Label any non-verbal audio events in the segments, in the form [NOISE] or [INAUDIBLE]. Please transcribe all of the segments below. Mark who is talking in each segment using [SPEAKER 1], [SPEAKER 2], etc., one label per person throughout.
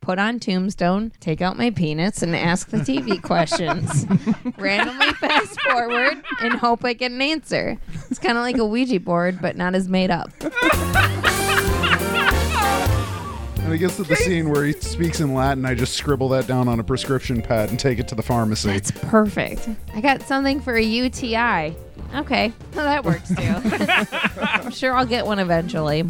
[SPEAKER 1] put on Tombstone, take out my peanuts, and ask the
[SPEAKER 2] [LAUGHS]
[SPEAKER 1] TV questions. Randomly fast forward and hope I get an answer. It's kind of like a Ouija board, but not as made up.
[SPEAKER 3] And it gets to the scene where he speaks in Latin. I just scribble that down on a prescription pad and take it to the pharmacy.
[SPEAKER 1] It's perfect. I got something for a UTI. Okay, well, that works too. I'm
[SPEAKER 2] [LAUGHS]
[SPEAKER 1] sure I'll get one eventually.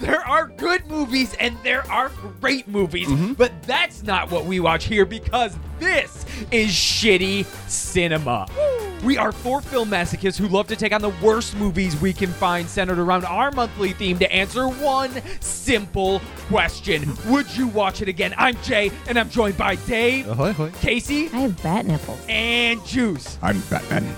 [SPEAKER 4] There are good movies and there are great movies,
[SPEAKER 5] Mm-hmm.
[SPEAKER 4] but that's not what we watch here because this is shitty cinema. We are four film masochists who love to take on the worst movies we can find centered around our monthly theme to answer one simple
[SPEAKER 5] [LAUGHS]
[SPEAKER 4] question Would you watch it again? I'm Jay, and I'm joined by Dave,
[SPEAKER 5] Ahoy, ahoy.
[SPEAKER 4] Casey,
[SPEAKER 1] I have bat nipples.
[SPEAKER 4] and Juice.
[SPEAKER 5] I'm Batman.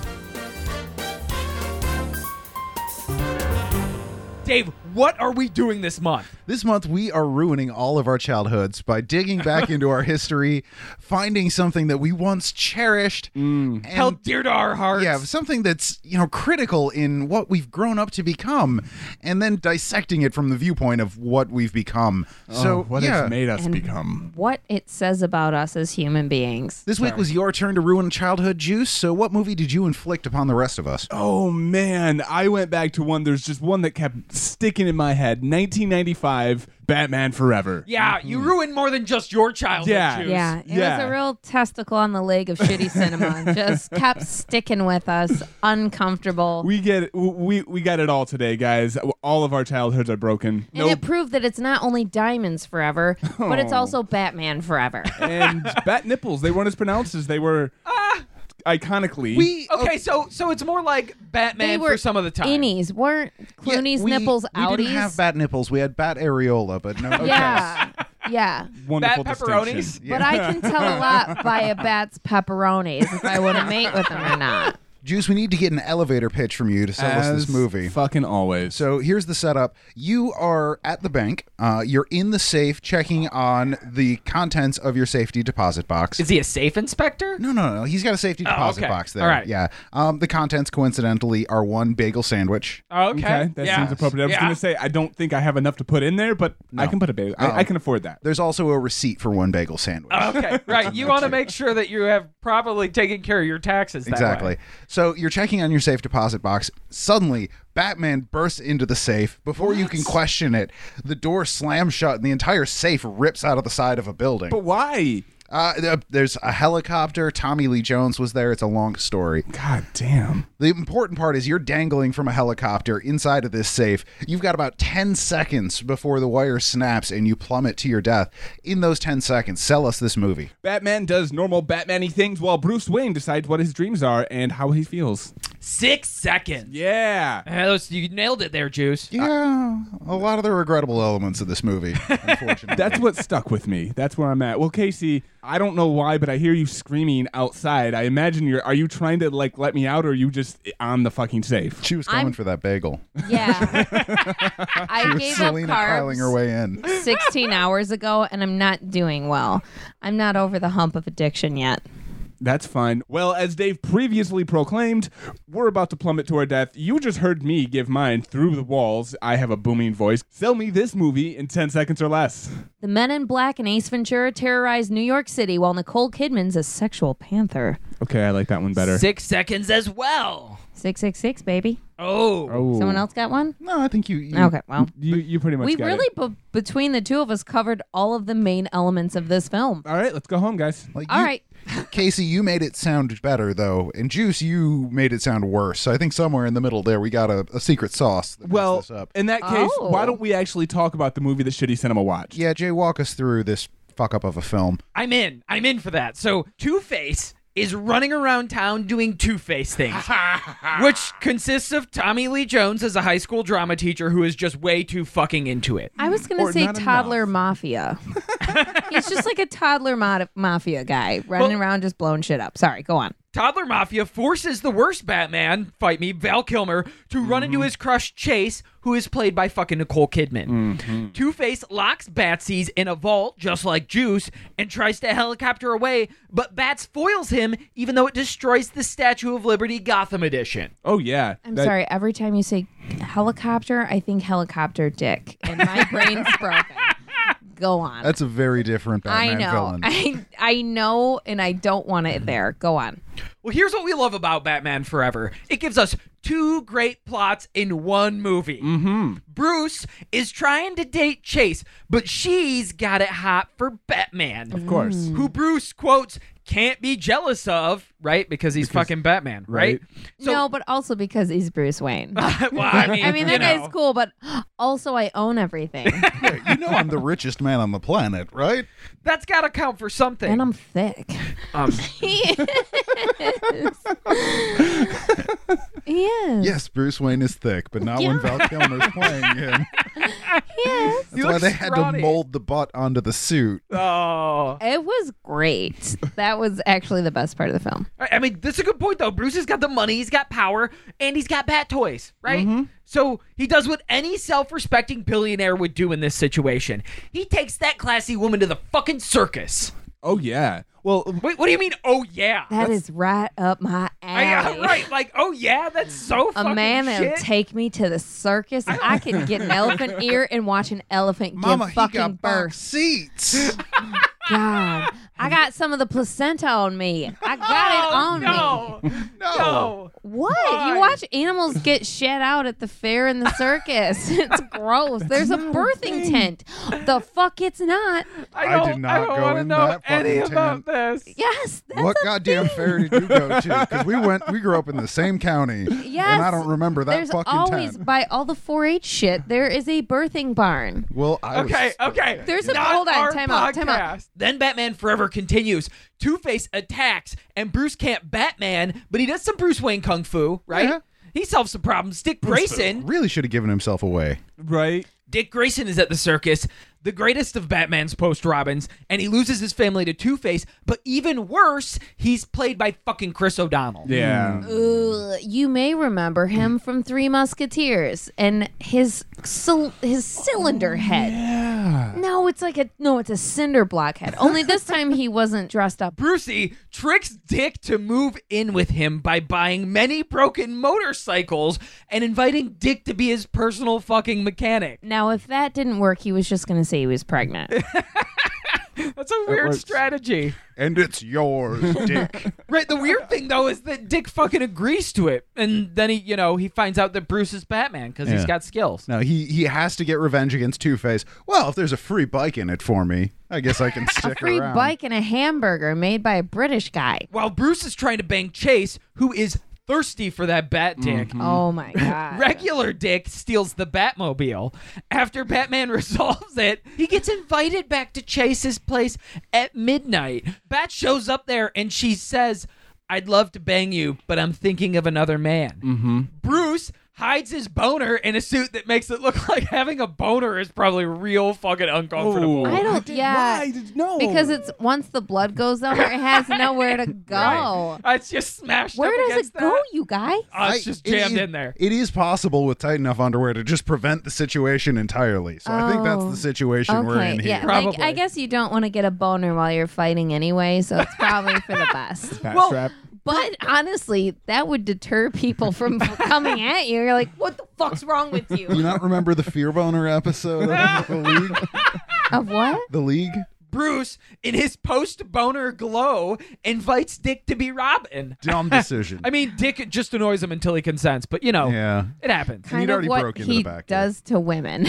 [SPEAKER 4] Dave, what are we doing this month?
[SPEAKER 5] This month, we are ruining all of our childhoods by digging back into our history, finding something that we once cherished,
[SPEAKER 2] Mm.
[SPEAKER 5] and,
[SPEAKER 4] Held dear to our hearts.
[SPEAKER 5] Um, yeah, something that's you know critical in what we've grown up to become, and then dissecting it from the viewpoint of what we've become. so
[SPEAKER 2] Oh, what
[SPEAKER 5] yeah.
[SPEAKER 2] it's made us
[SPEAKER 1] And-
[SPEAKER 2] become.
[SPEAKER 1] What it says about us as human beings.
[SPEAKER 5] This week was your turn to ruin childhood juice. So, what movie did you inflict upon the rest of us?
[SPEAKER 2] Oh man, I went back to one. There's just one that kept sticking in my head. 1995, Batman Forever.
[SPEAKER 4] Yeah, you
[SPEAKER 5] Mm-hmm.
[SPEAKER 4] ruined more than just your childhood.
[SPEAKER 2] Yeah.
[SPEAKER 4] Juice.
[SPEAKER 1] Yeah, it was
[SPEAKER 2] Yeah.
[SPEAKER 1] a real testicle on the leg of shitty
[SPEAKER 2] [LAUGHS]
[SPEAKER 1] cinema. Just kept sticking with us, uncomfortable.
[SPEAKER 2] We get we we got it all today, guys. All of our childhoods are broken.
[SPEAKER 1] and it proved that it's not only diamonds forever, but
[SPEAKER 5] Oh.
[SPEAKER 1] it's also Batman
[SPEAKER 5] [LAUGHS]
[SPEAKER 1] forever.
[SPEAKER 2] and bat nipples. They weren't as pronounced as they were
[SPEAKER 4] Ah.
[SPEAKER 2] iconically.
[SPEAKER 5] We
[SPEAKER 4] Okay, so so it's more like Batman
[SPEAKER 1] they were
[SPEAKER 4] for some of the time.
[SPEAKER 1] Innies weren't
[SPEAKER 5] Yeah,
[SPEAKER 1] Clooney's
[SPEAKER 5] we-
[SPEAKER 1] nipples
[SPEAKER 5] We
[SPEAKER 1] outies.
[SPEAKER 5] didn't have bat nipples. We had bat areola, but no.
[SPEAKER 1] [LAUGHS]
[SPEAKER 5] okay.
[SPEAKER 1] yeah,
[SPEAKER 5] [LAUGHS]
[SPEAKER 1] yeah.
[SPEAKER 2] wonderful
[SPEAKER 4] Bat
[SPEAKER 2] distinction.
[SPEAKER 4] pepperonis?
[SPEAKER 5] Yeah.
[SPEAKER 1] But I can tell a lot by a bat's pepperonis if I want to mate with him or
[SPEAKER 5] [LAUGHS]
[SPEAKER 1] not.
[SPEAKER 5] Juice, we need to get an elevator pitch from you to sell us
[SPEAKER 2] As
[SPEAKER 5] this movie.
[SPEAKER 2] Fucking always.
[SPEAKER 5] so here's the setup. You are at the bank. Uh, you're in the safe checking on the contents of your safety deposit box.
[SPEAKER 4] Is he a safe inspector?
[SPEAKER 5] no, no, no. He's got a safety deposit
[SPEAKER 4] okay.
[SPEAKER 5] box there.
[SPEAKER 4] All right.
[SPEAKER 5] Yeah. Um, the contents, coincidentally, are one bagel sandwich.
[SPEAKER 4] Oh, okay.
[SPEAKER 2] okay, that
[SPEAKER 4] yeah.
[SPEAKER 2] seems appropriate. I was
[SPEAKER 4] Yeah.
[SPEAKER 2] gonna say I don't think I have enough to put in there, but I can put a baby. I, I can afford that.
[SPEAKER 5] There's also a receipt for one bagel sandwich.
[SPEAKER 4] [LAUGHS] Okay, right. You want to make sure that you have properly taken care of your taxes. That
[SPEAKER 5] Exactly.
[SPEAKER 4] Way.
[SPEAKER 5] So you're checking on your safe deposit box. Suddenly, Batman bursts into the safe. Before you can question it, the door slams shut and the entire safe rips out of the side of a building.
[SPEAKER 2] But why?
[SPEAKER 5] Uh, th- there's a helicopter. Tommy Lee Jones was there. It's a long story.
[SPEAKER 2] God damn.
[SPEAKER 5] The important part is you're dangling from a helicopter inside of this safe. You've got about 10 seconds before the wire snaps and you plummet to your death. In those 10 seconds, sell us this movie.
[SPEAKER 2] Batman does normal Batman-y things while Bruce Wayne decides what his dreams are and how he feels.
[SPEAKER 4] Six seconds.
[SPEAKER 2] Yeah.
[SPEAKER 4] Uh, those- you nailed it there, Juice.
[SPEAKER 5] Yeah, Uh, a lot of the regrettable elements of this movie, unfortunately.
[SPEAKER 2] That's what stuck with me. That's where I'm at. Well, Casey, I don't know why, but I hear you screaming outside. I imagine you're. Are you trying to like let me out, or are you just on the fucking safe?
[SPEAKER 5] she was going
[SPEAKER 1] I'm-
[SPEAKER 5] for that bagel. [LAUGHS]
[SPEAKER 1] Yeah. I gave up
[SPEAKER 5] Selena piling her
[SPEAKER 1] carbs
[SPEAKER 5] way in.
[SPEAKER 1] 16 hours ago, and I'm not doing well. I'm not over the hump of addiction yet.
[SPEAKER 2] That's fine. Well, as Dave previously proclaimed, we're about to plummet to our death. You just heard me give mine through the walls. I have a booming voice. Sell me this movie in ten seconds or less.
[SPEAKER 1] The Men in Black and Ace Ventura terrorize New York City while Nicole Kidman's a sexual panther.
[SPEAKER 2] Okay, I like that one better.
[SPEAKER 4] Six seconds as well.
[SPEAKER 1] 666, baby.
[SPEAKER 4] Oh.
[SPEAKER 2] Oh,
[SPEAKER 1] Someone else got one?
[SPEAKER 5] No, I think you. you
[SPEAKER 1] Okay, well.
[SPEAKER 2] You you pretty much
[SPEAKER 1] We
[SPEAKER 2] Mm. got
[SPEAKER 1] really,
[SPEAKER 2] it.
[SPEAKER 1] b- between the two of us, covered all of the main elements of this film.
[SPEAKER 2] All right, let's go home, guys.
[SPEAKER 5] Like
[SPEAKER 1] All
[SPEAKER 5] you-
[SPEAKER 1] right.
[SPEAKER 5] Casey, you made it sound better though, and Juice, you made it sound worse. So I think somewhere in the middle there, we got a, a secret sauce. That messed
[SPEAKER 2] Well,
[SPEAKER 5] this up.
[SPEAKER 2] in that case,
[SPEAKER 1] Oh.
[SPEAKER 2] why don't we actually talk about the movie that Shitty Cinema watched?
[SPEAKER 5] yeah, Jay, walk us through this fuck up of a film.
[SPEAKER 4] I'm in. I'm in for that. So Two Face is running around town doing Two Face
[SPEAKER 2] [LAUGHS]
[SPEAKER 4] things, which consists of Tommy Lee Jones as a high school drama teacher who is just way too fucking into it.
[SPEAKER 1] I was going to
[SPEAKER 2] Or
[SPEAKER 1] say
[SPEAKER 2] not
[SPEAKER 1] toddler
[SPEAKER 2] enough. [LAUGHS]
[SPEAKER 1] mafia. He's just like a toddler mod- mafia guy running
[SPEAKER 4] Well-
[SPEAKER 1] around just blowing shit up. Sorry, go on.
[SPEAKER 4] Toddler Mafia forces the worst Batman, fight me, Val Kilmer, to run into his crush Chase, who is played by fucking Nicole Kidman. Two Face locks Batsy's in a vault, just like Juice, and tries to helicopter away, but Bats foils him, even though it destroys the Statue of Liberty Gotham Edition.
[SPEAKER 2] Oh yeah.
[SPEAKER 1] I'm
[SPEAKER 2] That-
[SPEAKER 1] sorry. Every time [LAUGHS] you say helicopter, I think helicopter dick, and my brain's broken. Go on.
[SPEAKER 5] That's a very different
[SPEAKER 1] I
[SPEAKER 5] Batman
[SPEAKER 1] know.
[SPEAKER 5] villain.
[SPEAKER 1] [LAUGHS] I I know, and I don't want it there. Go on.
[SPEAKER 4] Well, here's what we love about Batman Forever it gives us two great plots in one movie. Mm-hmm. Bruce is trying to date Chase, but she's got it hot for Batman. Of
[SPEAKER 2] course.
[SPEAKER 4] Who Bruce quotes, can't be jealous of, right? Because he's fucking Batman, right? So,
[SPEAKER 1] no, but also because he's Bruce
[SPEAKER 2] [LAUGHS]
[SPEAKER 1] Wayne.
[SPEAKER 4] [LAUGHS] well, I [LAUGHS]
[SPEAKER 1] [LAUGHS]
[SPEAKER 4] mean,
[SPEAKER 1] I mean,
[SPEAKER 4] you
[SPEAKER 1] that
[SPEAKER 4] know.
[SPEAKER 1] guy's cool, but [GASPS] also I own everything,
[SPEAKER 5] you know I'm the richest man on the planet, right?
[SPEAKER 4] That's got to count for something.
[SPEAKER 1] and I'm
[SPEAKER 4] [LAUGHS]
[SPEAKER 1] thick. [LAUGHS]
[SPEAKER 4] Um,
[SPEAKER 1] He is. [LAUGHS] he is.
[SPEAKER 5] Yes, Bruce Wayne is thick, but not when Val
[SPEAKER 1] [LAUGHS]
[SPEAKER 5] Kilmer's playing him.
[SPEAKER 1] He is.
[SPEAKER 5] That's
[SPEAKER 4] You
[SPEAKER 5] why
[SPEAKER 4] look
[SPEAKER 5] they had to
[SPEAKER 4] scrawny.
[SPEAKER 5] mold the butt onto the suit.
[SPEAKER 4] oh.
[SPEAKER 1] It was great. That was actually the best part of the film.
[SPEAKER 4] I I mean, that's a good point though. Bruce has got the money, he's got power, and he's got bat toys, right?
[SPEAKER 5] Mm-hmm.
[SPEAKER 4] So he does what any self-respecting billionaire would do in this situation. He takes that classy woman to the fucking circus.
[SPEAKER 2] Oh yeah. Well,
[SPEAKER 4] Wait, what do you mean? Oh yeah,
[SPEAKER 1] That is right up my
[SPEAKER 4] I-
[SPEAKER 1] alley.
[SPEAKER 4] [LAUGHS] right? Like, oh yeah, that's so
[SPEAKER 1] A
[SPEAKER 4] fucking
[SPEAKER 1] man that'll
[SPEAKER 4] shit.
[SPEAKER 1] take me to the circus. and I can
[SPEAKER 4] [LAUGHS]
[SPEAKER 1] get an elephant ear and watch an elephant
[SPEAKER 5] Mama,
[SPEAKER 1] give
[SPEAKER 5] he
[SPEAKER 1] fucking
[SPEAKER 5] got box
[SPEAKER 1] birth.
[SPEAKER 5] seats.
[SPEAKER 1] God, I got some of the placenta on me. I
[SPEAKER 4] [LAUGHS]
[SPEAKER 1] got it on me.
[SPEAKER 4] Oh,
[SPEAKER 5] [LAUGHS]
[SPEAKER 4] no, no.
[SPEAKER 1] What?
[SPEAKER 4] Why?
[SPEAKER 1] You watch animals get shed out at the fair and the circus. [LAUGHS] it's gross. There's a birthing tent. The fuck it's not.
[SPEAKER 4] I,
[SPEAKER 5] I
[SPEAKER 4] don't,
[SPEAKER 5] did not
[SPEAKER 4] I don't
[SPEAKER 5] go
[SPEAKER 4] wanna
[SPEAKER 5] in
[SPEAKER 4] know
[SPEAKER 5] that fucking
[SPEAKER 4] any
[SPEAKER 5] tent.
[SPEAKER 4] about this.
[SPEAKER 1] Yes. That's
[SPEAKER 5] what
[SPEAKER 1] a
[SPEAKER 5] goddamn fair did you go to? Because we went, we grew up in the same county,
[SPEAKER 1] Yes.
[SPEAKER 5] and I don't remember that
[SPEAKER 1] There's
[SPEAKER 5] fucking
[SPEAKER 1] always
[SPEAKER 5] tent.
[SPEAKER 1] by all the 4-H shit. There is a birthing barn.
[SPEAKER 5] Well, I
[SPEAKER 4] Okay,
[SPEAKER 5] was.
[SPEAKER 4] okay.
[SPEAKER 1] There's a-
[SPEAKER 4] Not
[SPEAKER 1] hold on,
[SPEAKER 4] our
[SPEAKER 1] time out, time out.
[SPEAKER 4] podcast. Then Batman Forever continues. Two Face attacks, and Bruce can't Batman, but he does some Bruce Wayne kung fu, right?
[SPEAKER 5] Yeah.
[SPEAKER 4] He solves the problem. Dick Grayson.
[SPEAKER 5] Really should have given himself away. Hmm.
[SPEAKER 2] right.
[SPEAKER 4] Dick Grayson is at the circus, the greatest of Batman's post Robins, and he loses his family to Two Face. But even worse, he's played by fucking Chris O'Donnell.
[SPEAKER 2] Yeah.
[SPEAKER 1] Ugh, you may remember him from Three Musketeers and his sil- his
[SPEAKER 5] Oh,
[SPEAKER 1] cylinder head. No, it's like a no, it's a cinder block head. Only this time he wasn't dressed up.
[SPEAKER 4] Brucey tricks Dick to move in with him by buying many broken motorcycles and inviting Dick to be his personal fucking mechanic.
[SPEAKER 1] Now, if that didn't work, he was just gonna say he was pregnant.
[SPEAKER 4] That's a weird
[SPEAKER 2] works.
[SPEAKER 4] strategy.
[SPEAKER 5] And it's
[SPEAKER 4] [LAUGHS]
[SPEAKER 5] yours, Dick.
[SPEAKER 4] Right. The weird thing though is that Dick fucking agrees to it, and then he, you know, he finds out that Bruce is Batman because he's
[SPEAKER 5] Yeah.
[SPEAKER 4] got skills.
[SPEAKER 5] no, he he has to get revenge against Two Face. Well, if there's a free bike in it for me, I guess
[SPEAKER 1] [LAUGHS]
[SPEAKER 5] I can stick
[SPEAKER 1] Free
[SPEAKER 5] around.
[SPEAKER 1] bike and a hamburger made by a British guy.
[SPEAKER 4] While Bruce is trying to bang Chase, who is thirsty for that Bat Dick.
[SPEAKER 1] Oh
[SPEAKER 5] [LAUGHS]
[SPEAKER 1] my god.
[SPEAKER 4] Regular Dick steals the Batmobile. After Batman [LAUGHS] resolves it, he gets invited back to Chase's place at midnight. Bat shows up there and she says, I'd love to bang you, but I'm thinking of another man. Mm-hmm. Bruce hides his boner in a suit that makes it look [LAUGHS] like having a boner is probably real fucking uncomfortable.
[SPEAKER 1] I don't. yeah.
[SPEAKER 2] Why did no?
[SPEAKER 1] Because it's once the blood goes down, it
[SPEAKER 5] [LAUGHS]
[SPEAKER 1] has nowhere to go.
[SPEAKER 4] It's just smashed up
[SPEAKER 1] Where does
[SPEAKER 4] against
[SPEAKER 1] it go,
[SPEAKER 4] that.
[SPEAKER 1] you guys?
[SPEAKER 4] Oh, it's just jammed in there.
[SPEAKER 5] It is possible with tight enough underwear to just prevent the situation entirely. So I think that's
[SPEAKER 1] Oh.
[SPEAKER 5] the situation we're in here.
[SPEAKER 1] yeah. Like,
[SPEAKER 4] Probably.
[SPEAKER 1] I guess you don't want to get a boner while you're fighting anyway, so it's probably for
[SPEAKER 5] [LAUGHS]
[SPEAKER 1] the best.
[SPEAKER 2] Pat
[SPEAKER 4] Well-
[SPEAKER 2] strap.
[SPEAKER 1] But honestly, that would deter people
[SPEAKER 5] [LAUGHS]
[SPEAKER 1] from coming at you. You're like, what the fuck's wrong with
[SPEAKER 5] You [LAUGHS]
[SPEAKER 1] you?
[SPEAKER 5] not remember the Fear Boner episode
[SPEAKER 4] [LAUGHS]
[SPEAKER 5] of the League?
[SPEAKER 1] of what?
[SPEAKER 5] The League?
[SPEAKER 4] Bruce, in his post boner glow, invites Dick to be Robin.
[SPEAKER 5] Dumb decision.
[SPEAKER 4] I mean, Dick just annoys him until he consents, but you know,
[SPEAKER 5] yeah.
[SPEAKER 4] it happens.
[SPEAKER 1] Kind of
[SPEAKER 5] already
[SPEAKER 1] what
[SPEAKER 5] broke into the
[SPEAKER 1] he
[SPEAKER 5] back there.
[SPEAKER 1] does to
[SPEAKER 5] [LAUGHS]
[SPEAKER 1] women. [LAUGHS]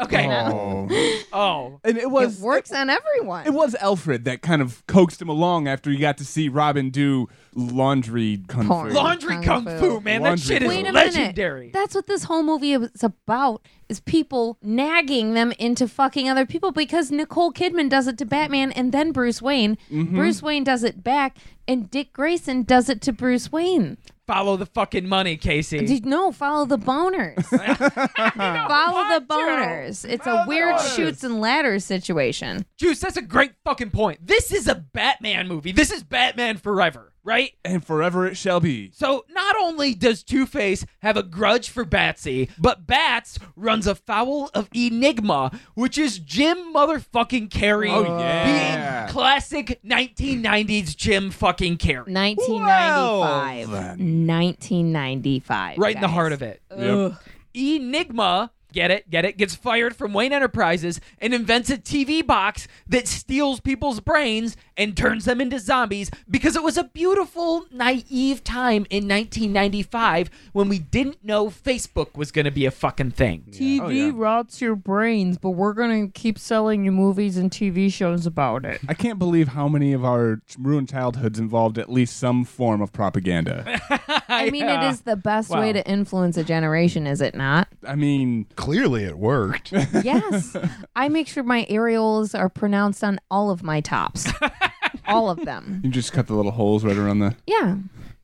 [SPEAKER 4] Okay.
[SPEAKER 5] Oh.
[SPEAKER 4] Oh.
[SPEAKER 2] and it
[SPEAKER 1] it
[SPEAKER 2] was
[SPEAKER 1] works on everyone.
[SPEAKER 2] It was Alfred that kind of coaxed him along after he got to see Robin do laundry kung fu.
[SPEAKER 1] Porn. Laun-
[SPEAKER 4] Laundry kung,
[SPEAKER 1] Kung
[SPEAKER 4] fu,
[SPEAKER 1] fu.
[SPEAKER 4] man.
[SPEAKER 2] Laundry
[SPEAKER 4] that shit is
[SPEAKER 2] kung
[SPEAKER 1] Wait a
[SPEAKER 4] legendary.
[SPEAKER 1] minute. That's what this whole movie is about is people nagging them into fucking other people because Nicole Kidman does it to Batman and then Bruce Wayne.
[SPEAKER 4] Mm-hmm.
[SPEAKER 1] Bruce Wayne does it back and Dick Grayson does it to Bruce Wayne.
[SPEAKER 4] Follow the fucking money, Casey.
[SPEAKER 1] Did no, follow the boners.
[SPEAKER 4] [LAUGHS]
[SPEAKER 1] [LAUGHS] follow the boners. It's a weird shoots and ladders situation.
[SPEAKER 4] Juice, that's a great fucking point. This is a Batman movie. This is Batman Forever, right?
[SPEAKER 2] And forever it shall be.
[SPEAKER 4] So not only does Two Face have a grudge for Batsy, but Bats runs afoul of Enigma, which is Jim motherfucking Carrey
[SPEAKER 2] Oh, yeah.
[SPEAKER 4] being classic 1990s Jim fucking Carrey.
[SPEAKER 1] 1995. 1995.
[SPEAKER 4] right in the heart of it.
[SPEAKER 2] Yep.
[SPEAKER 4] Enigma get it, get it, gets fired from Wayne Enterprises and invents a TV box that steals people's brains and turns them into zombies because it was a beautiful, naive time in 1995 when we didn't know Facebook was going to be a fucking thing.
[SPEAKER 6] TV rots your brains, but we're gonna keep selling you movies and TV shows about it.
[SPEAKER 2] I can't believe how many of our ruined childhoods involved at least some form
[SPEAKER 5] [LAUGHS]
[SPEAKER 2] of propaganda.
[SPEAKER 1] I mean, it is the best
[SPEAKER 2] Wow.
[SPEAKER 1] way to influence a generation, is it not?
[SPEAKER 2] I mean,
[SPEAKER 5] Clearly, it
[SPEAKER 4] [LAUGHS]
[SPEAKER 5] worked.
[SPEAKER 1] Yes. I make sure my areolas are pronounced on all of my tops. all of them.
[SPEAKER 2] you just cut the little holes right around the.
[SPEAKER 1] Yeah.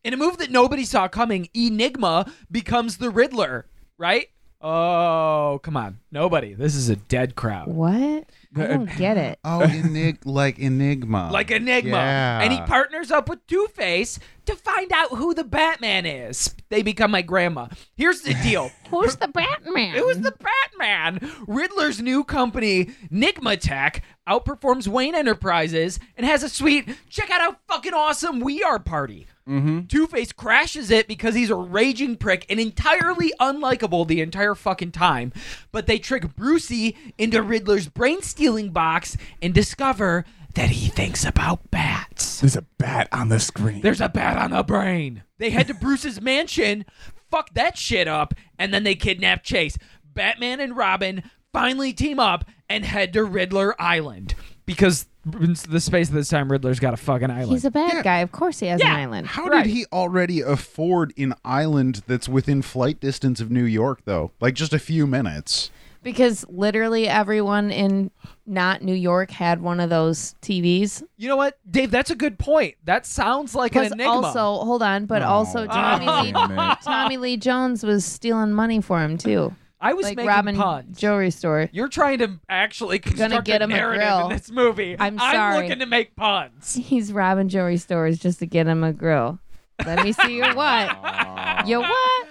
[SPEAKER 4] In a move that nobody saw coming, Enigma becomes the Riddler, right? Oh, come on. Nobody. This is a dead crowd.
[SPEAKER 1] What? I don't get it.
[SPEAKER 5] Oh, enig- like Enigma.
[SPEAKER 4] Like Enigma.
[SPEAKER 5] Yeah.
[SPEAKER 4] And he partners up with Two Face to find out who the Batman is. They become my grandma. Here's the deal.
[SPEAKER 1] Who's the Batman?
[SPEAKER 4] It was the Batman. Riddler's new company, Nigmatech, outperforms Wayne Enterprises and has a sweet, check out how fucking awesome we are party. Two Face crashes it because he's a raging prick and entirely unlikable the entire fucking time. But they trick Brucey into Riddler's brain stealing box and discover that he thinks about bats.
[SPEAKER 2] There's a bat on the screen.
[SPEAKER 4] There's a bat on the brain. They head to Bruce's mansion, fuck that shit up, and then they kidnap Chase. Batman and Robin finally team up and head to Riddler Island because in the space of this time, Riddler's got a fucking island.
[SPEAKER 1] He's a bad guy. Of course he has
[SPEAKER 4] Yeah.
[SPEAKER 1] an island.
[SPEAKER 5] How
[SPEAKER 4] Right.
[SPEAKER 5] did he already afford an island that's within flight distance of New York, though? Like just a few minutes.
[SPEAKER 1] Because literally everyone in not New York had one of those TVs.
[SPEAKER 4] you know what, Dave? That's a good point. That sounds like
[SPEAKER 1] Plus,
[SPEAKER 4] an enigma.
[SPEAKER 1] also, hold on, but also Tommy Lee,
[SPEAKER 2] Damn it.
[SPEAKER 1] Tommy Lee Jones was stealing money for him too,
[SPEAKER 4] I was
[SPEAKER 1] like
[SPEAKER 4] making
[SPEAKER 1] Robin
[SPEAKER 4] puns.
[SPEAKER 1] Jewelry Store.
[SPEAKER 4] You're trying to actually construct
[SPEAKER 1] get
[SPEAKER 4] a
[SPEAKER 1] him a
[SPEAKER 4] narrative
[SPEAKER 1] grill.
[SPEAKER 4] in this movie.
[SPEAKER 1] I'm
[SPEAKER 4] I'm
[SPEAKER 1] sorry.
[SPEAKER 4] looking to make puns.
[SPEAKER 1] He's robbing jewelry stores just to get him a grill. Let me see your what? your what?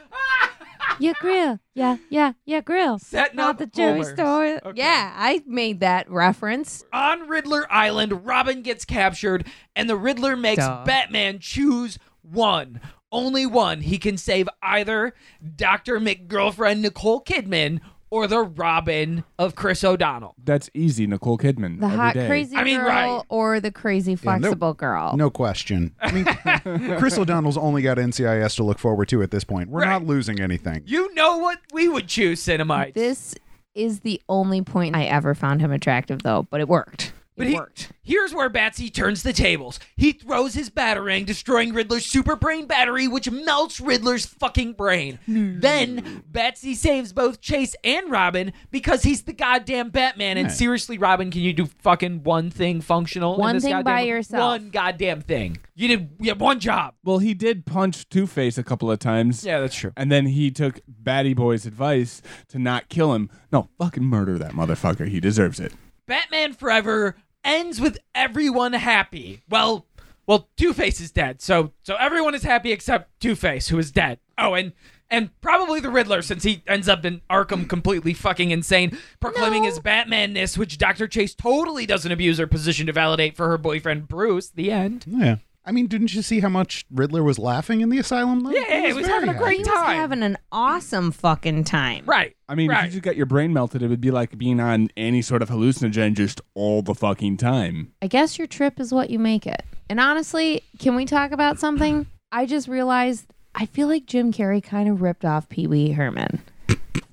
[SPEAKER 1] Your grill. Yeah, yeah, yeah, grill.
[SPEAKER 4] Setting
[SPEAKER 1] Not
[SPEAKER 4] up
[SPEAKER 1] the jewelry
[SPEAKER 4] Homer's.
[SPEAKER 1] store.
[SPEAKER 4] Okay.
[SPEAKER 1] Yeah, I made that reference.
[SPEAKER 4] on Riddler Island, Robin gets captured, and the Riddler makes
[SPEAKER 1] Duh.
[SPEAKER 4] Batman choose one. Only one. He can save either Dr. McGirlfriend Nicole Kidman or the Robin of Chris O'Donnell.
[SPEAKER 2] That's easy, Nicole Kidman.
[SPEAKER 1] The
[SPEAKER 2] every
[SPEAKER 1] hot
[SPEAKER 2] day.
[SPEAKER 1] crazy
[SPEAKER 4] I mean,
[SPEAKER 1] girl
[SPEAKER 4] right.
[SPEAKER 1] or the crazy
[SPEAKER 5] no-
[SPEAKER 1] flexible girl.
[SPEAKER 5] No question. I mean,
[SPEAKER 4] [LAUGHS]
[SPEAKER 5] Chris O'Donnell's only got NCIS to look forward to at this point. We're
[SPEAKER 4] Right.
[SPEAKER 5] not losing anything.
[SPEAKER 4] You know what we would choose, Cinemites.
[SPEAKER 1] This is the only point I ever found him attractive though, but it worked.
[SPEAKER 4] But
[SPEAKER 1] it
[SPEAKER 4] he,
[SPEAKER 1] worked.
[SPEAKER 4] here's where Batsy turns the tables. He throws his batarang, destroying Riddler's super brain battery, which melts Riddler's fucking brain. then Batsy saves both Chase and Robin because he's the goddamn Batman. And seriously, Robin, can you do fucking one thing functional? in
[SPEAKER 1] One
[SPEAKER 4] this
[SPEAKER 1] thing
[SPEAKER 4] goddamn-
[SPEAKER 1] by yourself.
[SPEAKER 4] One goddamn thing. You did. You had one job.
[SPEAKER 2] Well, he did punch Two Face a couple of times.
[SPEAKER 4] that's true.
[SPEAKER 2] And then he took Batty Boy's advice to not kill him. No, fucking murder that motherfucker. He deserves it.
[SPEAKER 4] Batman Forever ends with everyone happy. Well, well, Two Face is dead, so so everyone is happy except Two Face, who is dead. Oh, and and probably the Riddler, since he ends up in Arkham completely fucking insane, proclaiming his Batmanness, which Doctor Chase totally doesn't abuse her position to validate for her boyfriend Bruce. The end.
[SPEAKER 5] Yeah. I mean, didn't you see how much Riddler was laughing in the asylum? though?
[SPEAKER 4] Yeah, he was having a
[SPEAKER 5] very
[SPEAKER 4] great
[SPEAKER 1] He was
[SPEAKER 4] time.
[SPEAKER 1] having an awesome fucking time.
[SPEAKER 4] Right.
[SPEAKER 2] I mean, if
[SPEAKER 4] Right.
[SPEAKER 2] you just got your brain melted, it would be like being on any sort of hallucinogen just all the fucking time.
[SPEAKER 1] I guess your trip is what you make it. And honestly, can we talk about something? I just realized I feel like Jim Carrey kind of ripped off Pee Wee Herman.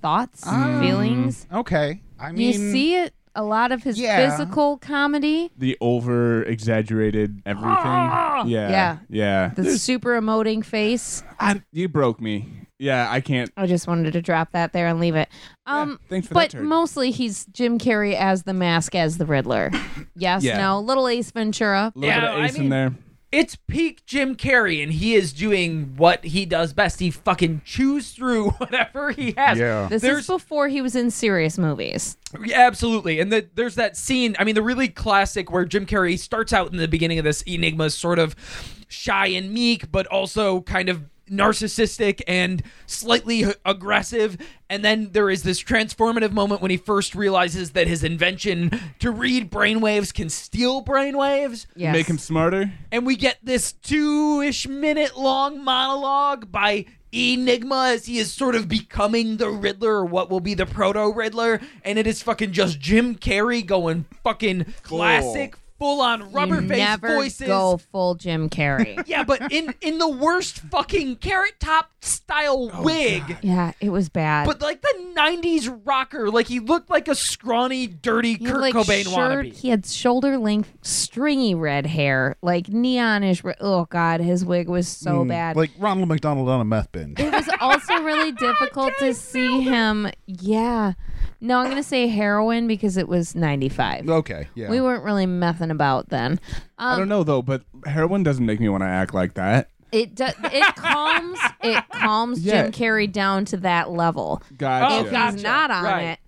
[SPEAKER 1] Thoughts, feelings.
[SPEAKER 5] happy. Okay. I mean,
[SPEAKER 1] you see it a lot of his
[SPEAKER 5] yeah.
[SPEAKER 1] physical comedy,
[SPEAKER 2] The over exaggerated everything.
[SPEAKER 4] Ah!
[SPEAKER 2] Yeah.
[SPEAKER 1] Yeah.
[SPEAKER 2] Yeah.
[SPEAKER 1] the super emoting face.
[SPEAKER 2] I- you broke me. Yeah, I can't.
[SPEAKER 1] I just wanted to drop that there and leave it. Um,
[SPEAKER 2] thanks for that
[SPEAKER 1] but
[SPEAKER 2] turd.
[SPEAKER 1] mostly he's Jim Carrey as the mask as the Riddler. Yes,
[SPEAKER 2] Yeah.
[SPEAKER 1] no, little Ace Ventura.
[SPEAKER 2] A little
[SPEAKER 4] Yeah,
[SPEAKER 2] bit of
[SPEAKER 4] I
[SPEAKER 2] ace
[SPEAKER 4] mean-
[SPEAKER 2] in there.
[SPEAKER 4] it's peak Jim Carrey, and he is doing what he does best. He fucking chews through [LAUGHS] whatever he has.
[SPEAKER 5] Yeah.
[SPEAKER 1] This
[SPEAKER 4] There's-
[SPEAKER 1] is before he was in serious movies.
[SPEAKER 4] Yeah, absolutely. And the, there's that scene, I mean, the really classic where Jim Carrey starts out in the beginning of this Enigma is sort of shy and meek, but also kind of narcissistic and slightly h- aggressive. And then there is this transformative moment when he first realizes that his invention to read brainwaves can steal brainwaves.
[SPEAKER 1] Yes.
[SPEAKER 2] Make him smarter.
[SPEAKER 4] And we get this two ish minute long monologue by Enigma as he is sort of becoming the Riddler or what will be the proto Riddler, and it is fucking just Jim Carrey going fucking classic, full on rubber
[SPEAKER 1] you
[SPEAKER 4] face
[SPEAKER 1] never
[SPEAKER 4] voices.
[SPEAKER 1] go full Jim Carrey.
[SPEAKER 4] [LAUGHS] Yeah, but in in the worst fucking carrot top
[SPEAKER 1] Oh,
[SPEAKER 4] style wig.
[SPEAKER 1] yeah, it was bad.
[SPEAKER 4] But like the '90s rocker, like he looked like a scrawny, dirty
[SPEAKER 1] he had,
[SPEAKER 4] Kurt
[SPEAKER 1] like,
[SPEAKER 4] Cobain
[SPEAKER 1] shirt-
[SPEAKER 4] wannabe.
[SPEAKER 1] He had shoulder length, stringy red hair, like neonish. Re- oh God, his wig was so bad.
[SPEAKER 3] Like Ronald McDonald on a meth bin.
[SPEAKER 5] [LAUGHS]
[SPEAKER 1] it was also [LAUGHS]
[SPEAKER 4] [LAUGHS]
[SPEAKER 1] really difficult to see him. Yeah. No, I'm gonna say heroin because it was 95.
[SPEAKER 5] Okay. Yeah.
[SPEAKER 1] We weren't really messing about then. Uh,
[SPEAKER 2] I don't know though, but heroin doesn't make me want to act like that.
[SPEAKER 1] It do-
[SPEAKER 4] [LAUGHS]
[SPEAKER 1] it calms it calms
[SPEAKER 2] Yeah.
[SPEAKER 1] Jim Carrey down to that level.
[SPEAKER 2] Gotcha.
[SPEAKER 1] if he's
[SPEAKER 4] Oh, gotcha.
[SPEAKER 1] not on
[SPEAKER 4] Right.
[SPEAKER 1] it,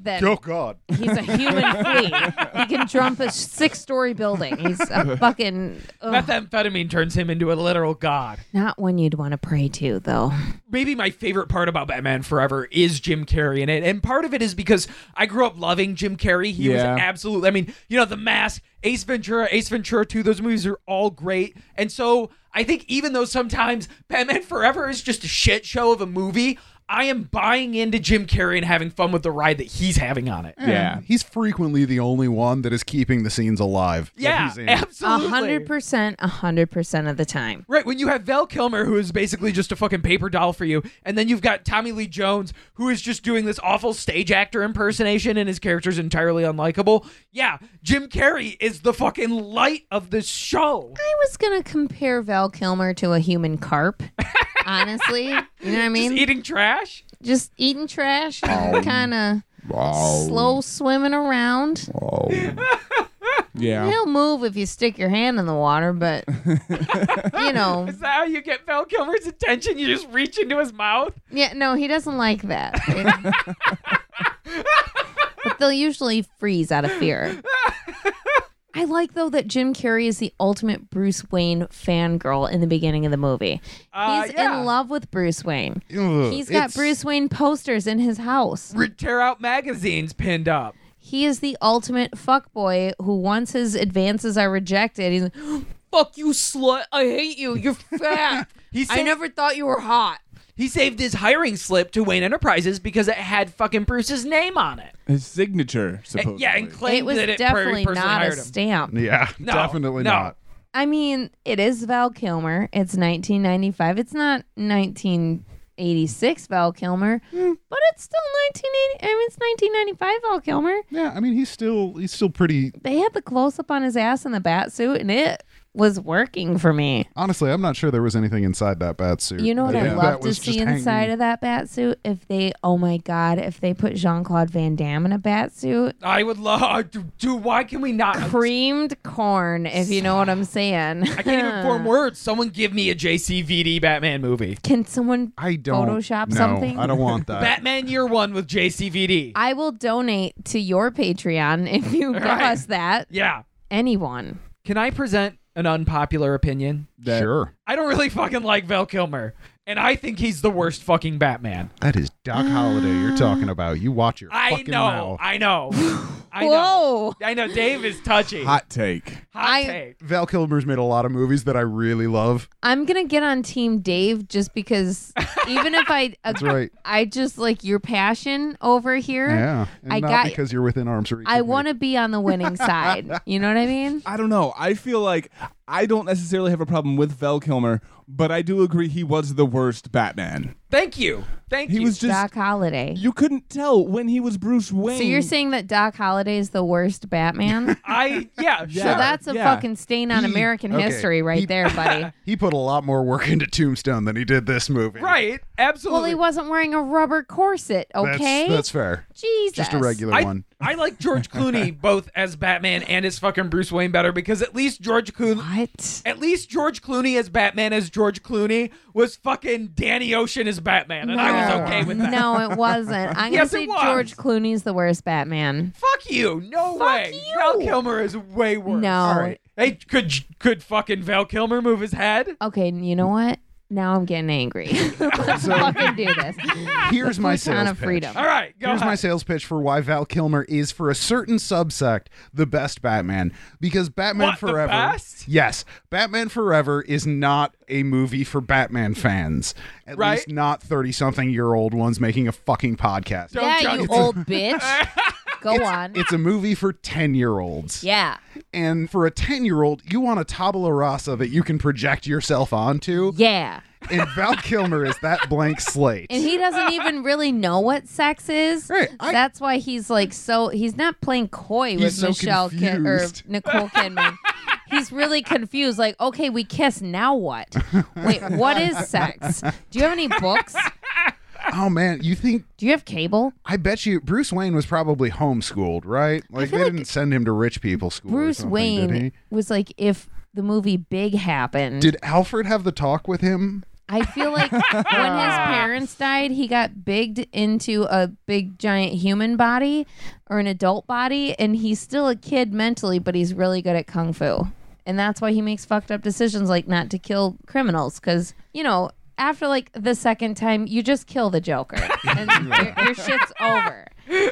[SPEAKER 1] then
[SPEAKER 3] oh God.
[SPEAKER 1] he's a human flea. He can jump a six story building. He's a fucking ugh,
[SPEAKER 4] Methamphetamine turns him into a literal god.
[SPEAKER 1] not one you'd want to pray to though.
[SPEAKER 4] maybe my favorite part about Batman Forever is Jim Carrey in it. And part of it is because I grew up loving Jim Carrey. He was
[SPEAKER 2] Yeah.
[SPEAKER 4] absolutely, I mean, you know, The Mask, Ace Ventura, Ace Ventura 2, those movies are all great. And so I think even though sometimes Batman Forever is just a shit show of a movie, I am buying into Jim Carrey and having fun with the ride that he's having on it.
[SPEAKER 5] [LAUGHS]
[SPEAKER 2] yeah.
[SPEAKER 3] [LAUGHS] He's frequently the only one that is keeping the scenes alive. that
[SPEAKER 4] Yeah,
[SPEAKER 3] he's in.
[SPEAKER 1] A
[SPEAKER 4] absolutely.
[SPEAKER 1] hundred percent, a hundred percent of the time.
[SPEAKER 4] Right, when you have Val Kilmer, who is basically just a fucking paper doll for you, and then you've got Tommy Lee Jones, who is just doing this awful stage actor impersonation, and his character's entirely unlikable. Yeah, Jim Carrey is the fucking light of this show.
[SPEAKER 1] I was gonna compare Val Kilmer to a human carp. Honestly, you know what I mean?
[SPEAKER 4] Just eating trash?
[SPEAKER 1] just eating trash and kind of
[SPEAKER 2] Wow.
[SPEAKER 1] slow swimming around.
[SPEAKER 2] Yeah.
[SPEAKER 1] He'll move if you stick your hand in the water, but you know,
[SPEAKER 4] Is that how you get Val Kilmer's attention? You just reach into his mouth?
[SPEAKER 1] yeah, no, he doesn't like
[SPEAKER 4] [LAUGHS]
[SPEAKER 1] that. but they'll usually freeze out of
[SPEAKER 4] [LAUGHS]
[SPEAKER 1] fear. I like though that Jim Carrey is the ultimate Bruce Wayne fangirl in the beginning of the movie.
[SPEAKER 4] Uh,
[SPEAKER 1] He's
[SPEAKER 4] yeah.
[SPEAKER 1] in love with Bruce Wayne.
[SPEAKER 3] Ugh,
[SPEAKER 1] He's got
[SPEAKER 3] it's-
[SPEAKER 1] Bruce Wayne posters in his house.
[SPEAKER 4] Re- tear out magazines pinned up.
[SPEAKER 1] He is the ultimate fuckboy who once his advances are rejected, he's like, fuck you slut, I hate you,
[SPEAKER 4] [LAUGHS]
[SPEAKER 1] you're fat.
[SPEAKER 4] He
[SPEAKER 1] I
[SPEAKER 4] said-
[SPEAKER 1] never thought you were hot.
[SPEAKER 4] He saved his hiring slip to Wayne Enterprises because it had fucking Bruce's name on it.
[SPEAKER 2] His signature, supposedly.
[SPEAKER 4] [LAUGHS] Yeah, and claimed
[SPEAKER 1] it was
[SPEAKER 4] that it per-
[SPEAKER 1] definitely
[SPEAKER 4] personally
[SPEAKER 1] not a
[SPEAKER 4] hired him.
[SPEAKER 1] stamp.
[SPEAKER 3] Yeah,
[SPEAKER 4] No,
[SPEAKER 3] definitely
[SPEAKER 4] no.
[SPEAKER 3] not.
[SPEAKER 1] I mean, it is Val Kilmer. It's 1995. It's not 1986 Val Kilmer, but it's still 1980. I mean, it's 1995 Val Kilmer.
[SPEAKER 3] Yeah, I mean he's still he's still pretty.
[SPEAKER 1] They had the close up on his ass in the bat suit, and it was working for me.
[SPEAKER 3] Honestly, I'm not sure there was anything inside that bat suit.
[SPEAKER 1] You know what
[SPEAKER 3] think
[SPEAKER 1] I'd
[SPEAKER 3] that
[SPEAKER 1] love to
[SPEAKER 3] was just
[SPEAKER 1] see inside
[SPEAKER 3] hanging-
[SPEAKER 1] of that bat suit? If they, oh my God, if they put Jean Claude Van Damme in a bat suit,
[SPEAKER 4] I would love, dude, dude, why can we not?
[SPEAKER 1] creamed corn, if you know what I'm saying.
[SPEAKER 4] I can't even form words. Someone give me a JCVD Batman movie.
[SPEAKER 1] Can someone
[SPEAKER 3] I don't
[SPEAKER 1] Photoshop
[SPEAKER 3] no,
[SPEAKER 1] something?
[SPEAKER 3] I don't want
[SPEAKER 2] Uh,
[SPEAKER 3] that. [LAUGHS]
[SPEAKER 4] Batman Year One with JCVD.
[SPEAKER 1] I will donate to your Patreon if you give
[SPEAKER 4] Right.
[SPEAKER 1] us that.
[SPEAKER 4] yeah.
[SPEAKER 1] Anyone.
[SPEAKER 4] Can I present an unpopular opinion?
[SPEAKER 2] That-
[SPEAKER 3] sure,
[SPEAKER 4] I don't really fucking like Val Kilmer, and I think he's the worst fucking Batman.
[SPEAKER 3] that is Doc Holliday you're
[SPEAKER 1] [GASPS]
[SPEAKER 3] talking about. You watch your
[SPEAKER 4] I
[SPEAKER 3] fucking
[SPEAKER 4] know.
[SPEAKER 3] mouth.
[SPEAKER 1] [SIGHS]
[SPEAKER 4] I know. I know.
[SPEAKER 1] Whoa.
[SPEAKER 4] I know. Dave is touchy. Hot,
[SPEAKER 2] Hot take.
[SPEAKER 1] I-
[SPEAKER 4] take.
[SPEAKER 3] Val Kilmer's made a lot of movies that I really love.
[SPEAKER 1] I'm going to get on Team Dave just because
[SPEAKER 4] [LAUGHS]
[SPEAKER 1] even if I, uh,
[SPEAKER 3] right.
[SPEAKER 1] I just like your passion over here.
[SPEAKER 3] Yeah, and
[SPEAKER 1] I
[SPEAKER 3] not
[SPEAKER 1] got-
[SPEAKER 3] because you're within arms reach.
[SPEAKER 1] I want to be on the
[SPEAKER 4] [LAUGHS]
[SPEAKER 1] winning side. You know what I mean?
[SPEAKER 2] I don't know. I feel like I don't necessarily have a problem with Val Kilmer, but I do agree he was the worst Batman.
[SPEAKER 4] Thank you. Thank
[SPEAKER 2] He
[SPEAKER 4] you.
[SPEAKER 2] was just
[SPEAKER 1] Doc Holliday.
[SPEAKER 2] you couldn't tell when he was Bruce Wayne.
[SPEAKER 1] So you're saying that Doc Holliday is the worst
[SPEAKER 4] [LAUGHS]
[SPEAKER 1] Batman?
[SPEAKER 4] I yeah.
[SPEAKER 1] [LAUGHS]
[SPEAKER 4] Sure.
[SPEAKER 1] So that's a
[SPEAKER 2] yeah.
[SPEAKER 1] fucking stain on
[SPEAKER 3] He-
[SPEAKER 1] American
[SPEAKER 3] okay,
[SPEAKER 1] history right
[SPEAKER 3] he-
[SPEAKER 1] there,
[SPEAKER 4] [LAUGHS]
[SPEAKER 1] buddy.
[SPEAKER 3] He put a lot more work [LAUGHS] into Tombstone than he did this movie.
[SPEAKER 4] right. Absolutely.
[SPEAKER 1] well, he wasn't wearing a rubber corset,
[SPEAKER 3] That's,
[SPEAKER 1] okay?
[SPEAKER 3] that's fair.
[SPEAKER 1] Jesus.
[SPEAKER 3] Just a regular
[SPEAKER 4] I,
[SPEAKER 3] one.
[SPEAKER 4] I
[SPEAKER 5] [LAUGHS]
[SPEAKER 4] like George Clooney both as Batman and as fucking Bruce Wayne better because at least George Clooney
[SPEAKER 1] What?
[SPEAKER 4] At least George Clooney as Batman as George Clooney was fucking Danny Ocean as Batman, and I was okay with that.
[SPEAKER 1] No, it
[SPEAKER 4] [LAUGHS]
[SPEAKER 1] wasn't. I'm
[SPEAKER 4] Yes,
[SPEAKER 1] gonna say
[SPEAKER 4] it was.
[SPEAKER 1] George Clooney's the worst Batman.
[SPEAKER 4] Fuck you! No way.
[SPEAKER 1] you.
[SPEAKER 4] Val Kilmer is way worse.
[SPEAKER 1] No.
[SPEAKER 4] Hey, could could fucking Val Kilmer move his head?
[SPEAKER 1] Okay, you know what? Now I'm getting
[SPEAKER 5] [LAUGHS]
[SPEAKER 1] angry. Let's fucking do this.
[SPEAKER 5] Here's my
[SPEAKER 1] Ton
[SPEAKER 5] sales
[SPEAKER 1] of
[SPEAKER 5] pitch.
[SPEAKER 1] freedom.
[SPEAKER 4] All right, go
[SPEAKER 5] Here's
[SPEAKER 4] ahead.
[SPEAKER 5] my sales pitch for why Val Kilmer is, for a certain subsect, the best Batman. Because Batman
[SPEAKER 4] What, the
[SPEAKER 5] Forever.
[SPEAKER 4] best?
[SPEAKER 5] Yes. Batman Forever is not a movie for Batman fans. At
[SPEAKER 4] Right.
[SPEAKER 5] least not 30 something year old ones making a fucking podcast.
[SPEAKER 4] Don't
[SPEAKER 1] Yeah, you
[SPEAKER 4] judge me.
[SPEAKER 1] old
[SPEAKER 5] [LAUGHS]
[SPEAKER 1] bitch. Go on.
[SPEAKER 5] It's a movie for 10 year olds.
[SPEAKER 1] Yeah.
[SPEAKER 5] And for a 10 year old, you want a tabula rasa that you can project yourself onto.
[SPEAKER 1] Yeah.
[SPEAKER 5] And Val Kilmer is that blank slate.
[SPEAKER 1] And he doesn't even really know what sex is.
[SPEAKER 5] Right, I-
[SPEAKER 1] That's why he's like so. He's not playing coy with
[SPEAKER 5] He's so
[SPEAKER 1] Michelle Kid- or
[SPEAKER 5] confused.
[SPEAKER 1] Nicole
[SPEAKER 5] [LAUGHS]
[SPEAKER 1] Kidman. he's really confused. Like, okay, we kiss. Now
[SPEAKER 5] [LAUGHS]
[SPEAKER 1] what? Wait, what is sex? Do you have any books?
[SPEAKER 5] oh, man. You think
[SPEAKER 1] Do you have cable?
[SPEAKER 5] I bet you Bruce Wayne was probably homeschooled, right? Like they
[SPEAKER 1] feel like
[SPEAKER 5] didn't send him to rich people school. or
[SPEAKER 1] Bruce
[SPEAKER 5] something,
[SPEAKER 1] Wayne
[SPEAKER 5] Did, he?
[SPEAKER 1] was like, if the movie Big happened,
[SPEAKER 5] Did Alfred have the talk with him?
[SPEAKER 1] I feel like when
[SPEAKER 5] [LAUGHS]
[SPEAKER 1] his parents died, he got bigged into a big giant human body or an adult body, and he's still a kid mentally, but he's really good at kung fu. And that's why he makes fucked up decisions like not to kill criminals, because, you know, after like the second time, you just kill the Joker
[SPEAKER 5] [LAUGHS]
[SPEAKER 1] and your, your shit's over.
[SPEAKER 4] [LAUGHS]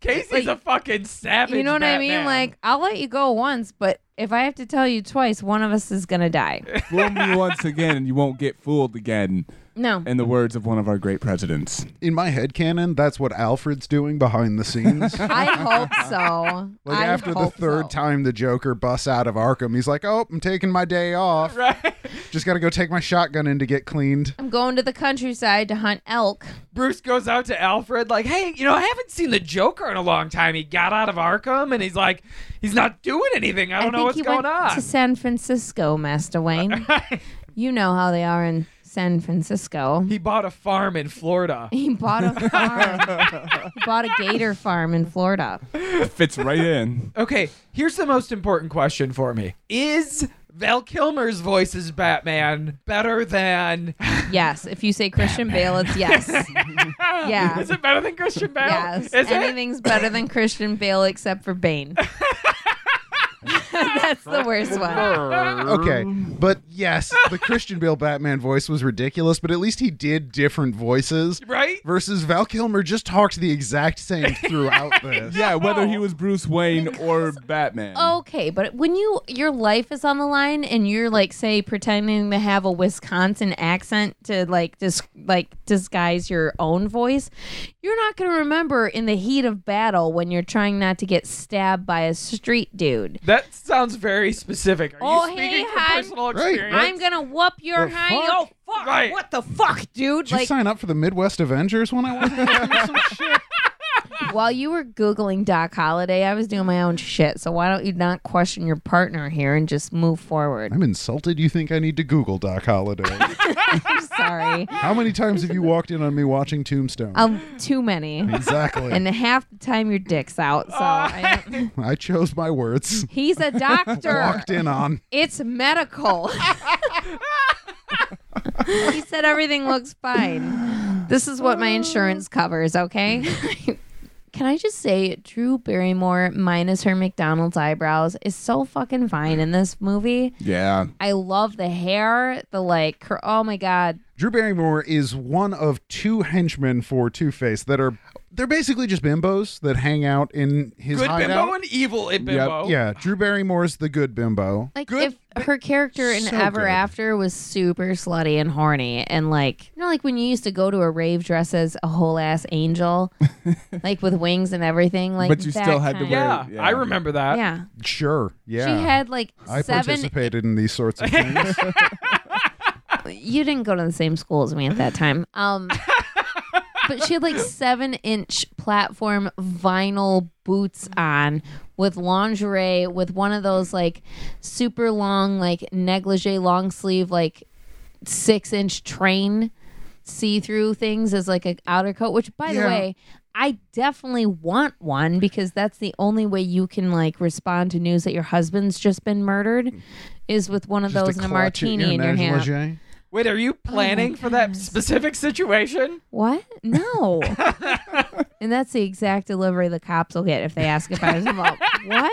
[SPEAKER 4] Casey's a fucking savage.
[SPEAKER 1] You know what I mean?
[SPEAKER 4] Batman.
[SPEAKER 1] Like, I'll let you go once, but if I have to tell you twice, one of us is going to
[SPEAKER 5] [LAUGHS]
[SPEAKER 1] die.
[SPEAKER 2] Fool me once again, and you won't get fooled again.
[SPEAKER 1] No.
[SPEAKER 2] In the words of one of our great presidents.
[SPEAKER 5] In my head canon, that's what Alfred's doing behind the scenes.
[SPEAKER 1] [LAUGHS] I hope so.
[SPEAKER 5] [LAUGHS] Like
[SPEAKER 1] I
[SPEAKER 5] after the
[SPEAKER 1] hope
[SPEAKER 5] third
[SPEAKER 1] so.
[SPEAKER 5] time the Joker busts out of Arkham, he's like, "Oh, I'm taking my day off.
[SPEAKER 4] right?
[SPEAKER 5] Just got to go take my shotgun in to get cleaned."
[SPEAKER 1] I'm going to the countryside to hunt elk.
[SPEAKER 4] Bruce goes out to Alfred, like, hey, you know, I haven't seen the Joker in a long time. He got out of Arkham and he's like, he's not doing anything. I don't
[SPEAKER 1] I
[SPEAKER 4] know
[SPEAKER 1] think
[SPEAKER 4] what's
[SPEAKER 1] he
[SPEAKER 4] going
[SPEAKER 1] went
[SPEAKER 4] on.
[SPEAKER 1] to San Francisco, Master Wayne. you know how they are in San Francisco.
[SPEAKER 4] he bought a farm in Florida.
[SPEAKER 1] He bought a farm.
[SPEAKER 4] [LAUGHS]
[SPEAKER 1] he bought a gator farm in Florida.
[SPEAKER 2] It fits
[SPEAKER 4] [LAUGHS]
[SPEAKER 2] right in.
[SPEAKER 4] Okay, here's the most important question for me Is Val Kilmer's voice as Batman better than.
[SPEAKER 1] Yes, if you say Christian Bale, it's yes. yeah.
[SPEAKER 4] [LAUGHS] Is it better than Christian Bale?
[SPEAKER 1] Yes.
[SPEAKER 4] Is it?
[SPEAKER 1] Anything's better than Christian Bale except for
[SPEAKER 4] [LAUGHS]
[SPEAKER 1] Bane. [LAUGHS] That's the worst one.
[SPEAKER 5] Okay, but yes, the Christian Bale Batman voice was ridiculous, but at least he did different voices.
[SPEAKER 4] Right?
[SPEAKER 5] Versus Val Kilmer just talks the
[SPEAKER 1] [LAUGHS]
[SPEAKER 5] exact same throughout this.
[SPEAKER 2] Yeah, whether he was Bruce Wayne or Batman.
[SPEAKER 4] Oh.
[SPEAKER 1] okay but when you your life is on the line and you're like say pretending to have a wisconsin accent to like dis- like disguise your own voice you're not going to remember in the heat of battle when you're trying not to get stabbed by a street dude
[SPEAKER 4] That sounds very specific. Are
[SPEAKER 1] Oh,
[SPEAKER 4] you
[SPEAKER 1] hey,
[SPEAKER 4] speaking from
[SPEAKER 1] hon.
[SPEAKER 4] personal
[SPEAKER 5] Right,
[SPEAKER 4] experience?
[SPEAKER 1] i'm going to whoop your
[SPEAKER 5] The
[SPEAKER 1] hind
[SPEAKER 5] fuck?
[SPEAKER 1] oh fuck
[SPEAKER 4] Right.
[SPEAKER 1] what the fuck dude
[SPEAKER 5] Did you sign up for the Midwest Avengers when I was
[SPEAKER 1] [LAUGHS] While you were Googling Doc Holiday, I was doing my own shit. So why don't you not question your partner here and just move forward?
[SPEAKER 5] I'm insulted you think I need to Google Doc Holiday.
[SPEAKER 1] I'm
[SPEAKER 5] [LAUGHS]
[SPEAKER 1] sorry.
[SPEAKER 5] How many times have you walked in on me watching Tombstone?
[SPEAKER 1] Um, too many.
[SPEAKER 5] exactly.
[SPEAKER 1] And half the time your dick's out. So
[SPEAKER 5] [LAUGHS]
[SPEAKER 1] I don't-
[SPEAKER 5] I chose my words.
[SPEAKER 1] he's a doctor.
[SPEAKER 5] Walked in on.
[SPEAKER 1] It's medical. [LAUGHS] he said everything looks fine. This is what my insurance covers, okay? [LAUGHS] Can I just say Drew Barrymore minus her McDonald's eyebrows is so fucking fine in this movie.
[SPEAKER 2] Yeah.
[SPEAKER 1] I love the hair, the like, cur- oh my god.
[SPEAKER 5] Drew Barrymore is one of two henchmen for Two Face that are they're basically just bimbos that hang out in his
[SPEAKER 4] Good
[SPEAKER 5] hideout.
[SPEAKER 4] bimbo and evil bimbo.
[SPEAKER 5] Yeah, Drew Barrymore's the good bimbo.
[SPEAKER 1] Like
[SPEAKER 4] Good-
[SPEAKER 1] if her character in
[SPEAKER 5] so
[SPEAKER 1] Ever
[SPEAKER 5] good.
[SPEAKER 1] After was super slutty and horny and like you know like when you used to go to a rave dress as a whole ass
[SPEAKER 2] [LAUGHS]
[SPEAKER 1] angel, like with wings and everything, like
[SPEAKER 2] But you
[SPEAKER 1] that
[SPEAKER 2] still had to
[SPEAKER 1] kind.
[SPEAKER 2] wear-
[SPEAKER 4] Yeah,
[SPEAKER 2] Yeah.
[SPEAKER 4] I remember that.
[SPEAKER 1] Yeah.
[SPEAKER 5] Sure. Yeah.
[SPEAKER 1] She had like
[SPEAKER 5] I
[SPEAKER 1] seven
[SPEAKER 5] participated in
[SPEAKER 1] [LAUGHS]
[SPEAKER 5] these sorts of things.
[SPEAKER 1] you didn't go to the same school as me at that time.
[SPEAKER 5] [LAUGHS]
[SPEAKER 1] Um, but she had like seven inch platform vinyl boots on with lingerie with one of those like super long, like negligee long sleeve, like six inch train see through things as like an outer coat, which by the
[SPEAKER 5] Yeah.
[SPEAKER 1] way, I definitely want one because that's the only way you can like respond to news that your husband's just been murdered is with one of
[SPEAKER 5] Just
[SPEAKER 1] those
[SPEAKER 5] to
[SPEAKER 1] and a
[SPEAKER 5] clutch at
[SPEAKER 1] martini in your hand.
[SPEAKER 5] negligee.
[SPEAKER 4] Wait, are
[SPEAKER 1] Oh
[SPEAKER 4] you planning for that specific situation?
[SPEAKER 1] What? [LAUGHS] No. and that's the exact delivery the cops will get if they ask if I was involved. what?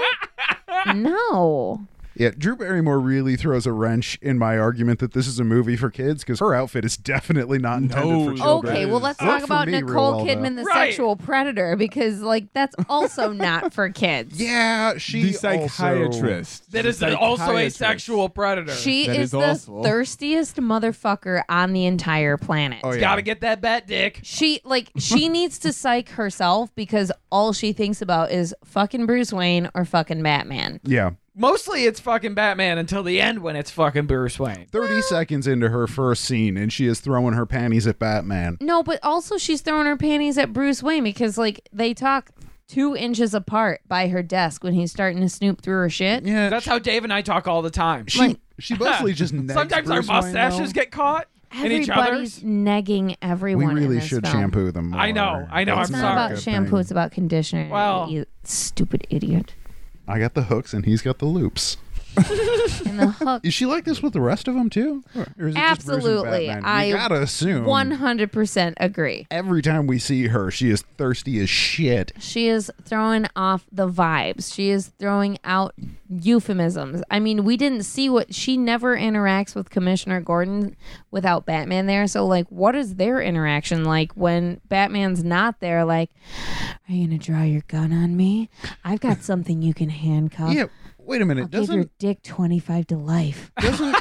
[SPEAKER 1] No.
[SPEAKER 5] Yeah, Drew Barrymore really throws a wrench in my argument that this is a movie for kids because her outfit is [LAUGHS] definitely not intended
[SPEAKER 2] No,
[SPEAKER 5] for
[SPEAKER 2] she-
[SPEAKER 5] children.
[SPEAKER 1] Okay, well let's
[SPEAKER 5] Worked
[SPEAKER 1] talk
[SPEAKER 5] for
[SPEAKER 1] about
[SPEAKER 5] me real
[SPEAKER 1] Nicole
[SPEAKER 5] well, though.
[SPEAKER 1] Kidman, the
[SPEAKER 4] Right.
[SPEAKER 1] sexual predator, because like that's also not for kids.
[SPEAKER 5] Yeah, she
[SPEAKER 2] the
[SPEAKER 5] also-
[SPEAKER 2] psychiatrist.
[SPEAKER 4] That
[SPEAKER 2] The
[SPEAKER 4] is also a
[SPEAKER 2] psychiatrist.
[SPEAKER 4] sexual predator.
[SPEAKER 1] She
[SPEAKER 2] That
[SPEAKER 1] is
[SPEAKER 2] is
[SPEAKER 1] the
[SPEAKER 2] awful.
[SPEAKER 1] thirstiest motherfucker on the entire planet.
[SPEAKER 5] Oh, yeah.
[SPEAKER 4] Gotta get that bat dick.
[SPEAKER 1] She like
[SPEAKER 5] [LAUGHS]
[SPEAKER 1] she needs to psych herself because all she thinks about is fucking Bruce Wayne or fucking Batman.
[SPEAKER 5] Yeah.
[SPEAKER 4] Mostly it's fucking Batman until the end when it's fucking Bruce Wayne.
[SPEAKER 5] 30 seconds into her first scene, and she is throwing her panties at Batman.
[SPEAKER 1] No, but also she's throwing her panties at Bruce Wayne because like they talk two inches apart by her desk when he's starting to snoop through her shit.
[SPEAKER 5] Yeah.
[SPEAKER 4] That's how Dave and I talk all the time.
[SPEAKER 5] she, she
[SPEAKER 4] [LAUGHS]
[SPEAKER 5] mostly just negs
[SPEAKER 4] Sometimes our
[SPEAKER 5] Bruce Wayne, though.
[SPEAKER 4] mustaches get caught in each
[SPEAKER 1] Everybody's
[SPEAKER 4] other's.
[SPEAKER 1] negging
[SPEAKER 5] We
[SPEAKER 1] everyone. in
[SPEAKER 5] really
[SPEAKER 1] this
[SPEAKER 5] should
[SPEAKER 1] film.
[SPEAKER 5] shampoo them. More.
[SPEAKER 4] I know, I know,
[SPEAKER 1] It's not
[SPEAKER 4] I'm sorry.
[SPEAKER 1] about shampoo. It's about conditioner.
[SPEAKER 4] Well-
[SPEAKER 1] you stupid
[SPEAKER 5] [LAUGHS]
[SPEAKER 1] idiot.
[SPEAKER 5] I got the hooks, and he's got the loops.
[SPEAKER 1] And the hook.
[SPEAKER 5] Is she like this with the rest of them too? Or is it just Bruce and
[SPEAKER 1] Absolutely.
[SPEAKER 5] Batman?
[SPEAKER 1] I
[SPEAKER 5] you gotta assume
[SPEAKER 1] One hundred percent agree.
[SPEAKER 5] every time we see her, she is thirsty as shit.
[SPEAKER 1] She is throwing off the vibes. She is throwing out euphemisms. I mean, we didn't see what she never interacts with Commissioner Gordon without Batman there. So, like, what is their interaction like when Batman's not there? Like, are you gonna draw your gun on me? I've
[SPEAKER 5] [LAUGHS]
[SPEAKER 1] got something you can handcuff.
[SPEAKER 5] Yeah. Wait a minute.
[SPEAKER 1] I'll give your [LAUGHS]
[SPEAKER 5] doesn't
[SPEAKER 1] dick twenty-five to
[SPEAKER 5] [LAUGHS]
[SPEAKER 1] life.
[SPEAKER 5] doesn't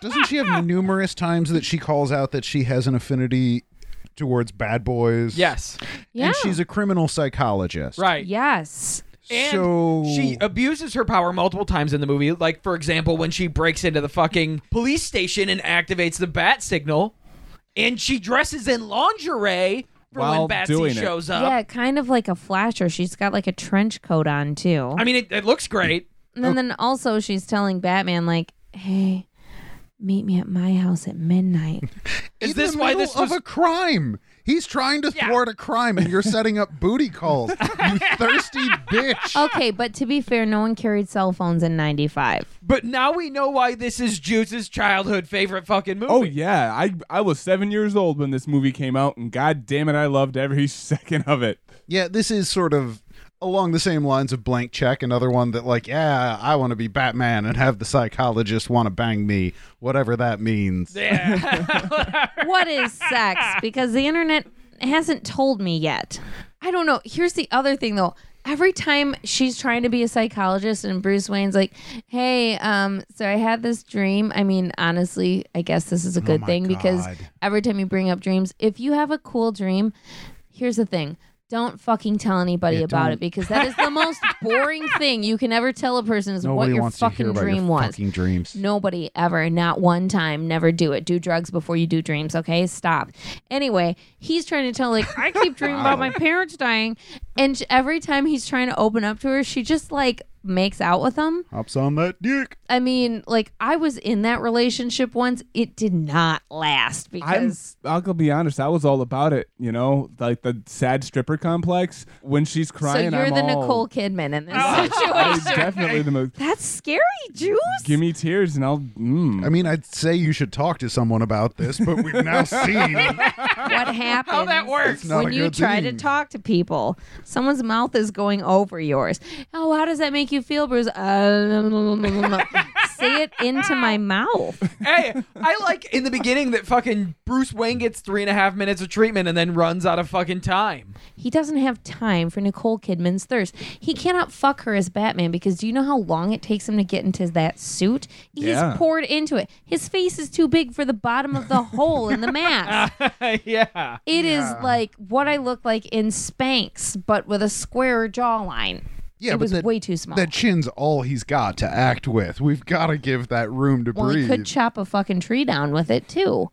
[SPEAKER 5] doesn't
[SPEAKER 1] [LAUGHS]
[SPEAKER 5] she have numerous times that she calls out that she has an affinity towards bad boys?
[SPEAKER 4] Yes,
[SPEAKER 1] Yeah.
[SPEAKER 5] And she's a criminal psychologist.
[SPEAKER 4] right.
[SPEAKER 1] Yes.
[SPEAKER 4] And
[SPEAKER 5] So
[SPEAKER 4] she abuses her power multiple times in the movie. Like, for example, when she breaks into the fucking police station and activates the bat signal, and she dresses in lingerie for
[SPEAKER 2] While
[SPEAKER 4] when Batsy
[SPEAKER 2] doing it.
[SPEAKER 4] shows
[SPEAKER 5] Uh,
[SPEAKER 4] up.
[SPEAKER 1] yeah, kind of like a flasher. She's got like a trench coat on too.
[SPEAKER 4] I mean, it, it looks great.
[SPEAKER 1] and then, then also she's telling Batman like, "Hey, meet me at my house at midnight."
[SPEAKER 4] Is
[SPEAKER 5] In
[SPEAKER 4] this
[SPEAKER 5] the
[SPEAKER 4] why
[SPEAKER 5] middle
[SPEAKER 4] this was?
[SPEAKER 5] of a crime? He's trying to
[SPEAKER 4] Yeah.
[SPEAKER 5] thwart a crime, and you're setting up booty calls.
[SPEAKER 4] [LAUGHS]
[SPEAKER 5] You thirsty bitch.
[SPEAKER 1] okay, but to be fair, no one carried cell phones in 95.
[SPEAKER 4] but now we know why this is Juice's childhood favorite fucking movie.
[SPEAKER 2] Oh yeah, I I was seven years old when this movie came out, and god damn it, I loved every [LAUGHS] second of it.
[SPEAKER 5] Yeah, this is sort of along the same lines of Blank Check, another one that, like, yeah, I want to be Batman and have the psychologist want to bang me, whatever that means.
[SPEAKER 4] Yeah.
[SPEAKER 1] What is sex? Because the internet hasn't told me yet. I don't know. Here's the other thing though. Every time she's trying to be a psychologist and Bruce Wayne's like, "Hey, um, so I had this dream. I mean, honestly, I guess this is a good
[SPEAKER 5] Oh my
[SPEAKER 1] thing because
[SPEAKER 5] God.
[SPEAKER 1] every time you bring up dreams, if you have a cool dream, here's the thing. Don't fucking tell anybody
[SPEAKER 5] Yeah,
[SPEAKER 1] about
[SPEAKER 5] don't.
[SPEAKER 1] it because that is the most
[SPEAKER 5] [LAUGHS]
[SPEAKER 1] boring thing you can ever tell a person is what
[SPEAKER 5] Nobody
[SPEAKER 1] your
[SPEAKER 5] wants
[SPEAKER 1] fucking
[SPEAKER 5] to hear about
[SPEAKER 1] dream
[SPEAKER 5] your
[SPEAKER 1] was.
[SPEAKER 5] fucking dreams.
[SPEAKER 1] Nobody ever, not one time, never do it. Do drugs before you do dreams, okay? Stop. Anyway, he's trying to tell, like, I
[SPEAKER 2] [LAUGHS]
[SPEAKER 1] keep dreaming about my parents dying. And sh- every time he's trying to open up to her, she just, like, makes out with him.
[SPEAKER 5] Hops on that dick.
[SPEAKER 1] I mean, like, I was in that relationship once. It did not last
[SPEAKER 2] I'm
[SPEAKER 1] because.
[SPEAKER 2] I'll go be honest, I was all about it, you know, like the sad stripper complex when she's
[SPEAKER 1] so
[SPEAKER 2] crying.
[SPEAKER 1] you're
[SPEAKER 2] I'm
[SPEAKER 1] the
[SPEAKER 2] all, [LAUGHS]
[SPEAKER 1] Nicole Kidman in this
[SPEAKER 2] I'm
[SPEAKER 1] situation.
[SPEAKER 2] definitely the most.
[SPEAKER 1] That's scary, Juice.
[SPEAKER 2] Give me tears and I'll. Mm.
[SPEAKER 5] I mean, I'd say you should talk to someone about this, but we've
[SPEAKER 1] [LAUGHS]
[SPEAKER 5] now seen.
[SPEAKER 1] what happens
[SPEAKER 4] [LAUGHS] How that works.
[SPEAKER 5] not
[SPEAKER 1] when
[SPEAKER 5] a
[SPEAKER 1] you
[SPEAKER 5] good
[SPEAKER 1] try
[SPEAKER 5] thing.
[SPEAKER 1] to talk to people someone's mouth is going over yours oh how does that make you feel bruce [LAUGHS] uh, [LAUGHS] say it into my mouth
[SPEAKER 4] hey, I like in the beginning that fucking Bruce Wayne gets three and a half minutes of treatment and then runs out of fucking time. [LAUGHS]
[SPEAKER 1] he doesn't have time for nicole kidman's thirst he cannot fuck her as batman because do you know how long it takes him to get into that suit he's
[SPEAKER 2] Yeah.
[SPEAKER 1] poured into it his face is too big for the bottom of the hole in the mask
[SPEAKER 2] [LAUGHS]
[SPEAKER 4] yeah.
[SPEAKER 1] It is like what I look like in Spanx, but with a square jawline.
[SPEAKER 5] Yeah,
[SPEAKER 1] it
[SPEAKER 5] but
[SPEAKER 1] was
[SPEAKER 5] that-
[SPEAKER 1] way too small.
[SPEAKER 5] That chin's all he's got to act with. We've got to give that room to
[SPEAKER 1] well, he
[SPEAKER 5] breathe.
[SPEAKER 1] could chop a fucking tree down with it
[SPEAKER 2] [LAUGHS]
[SPEAKER 1] too.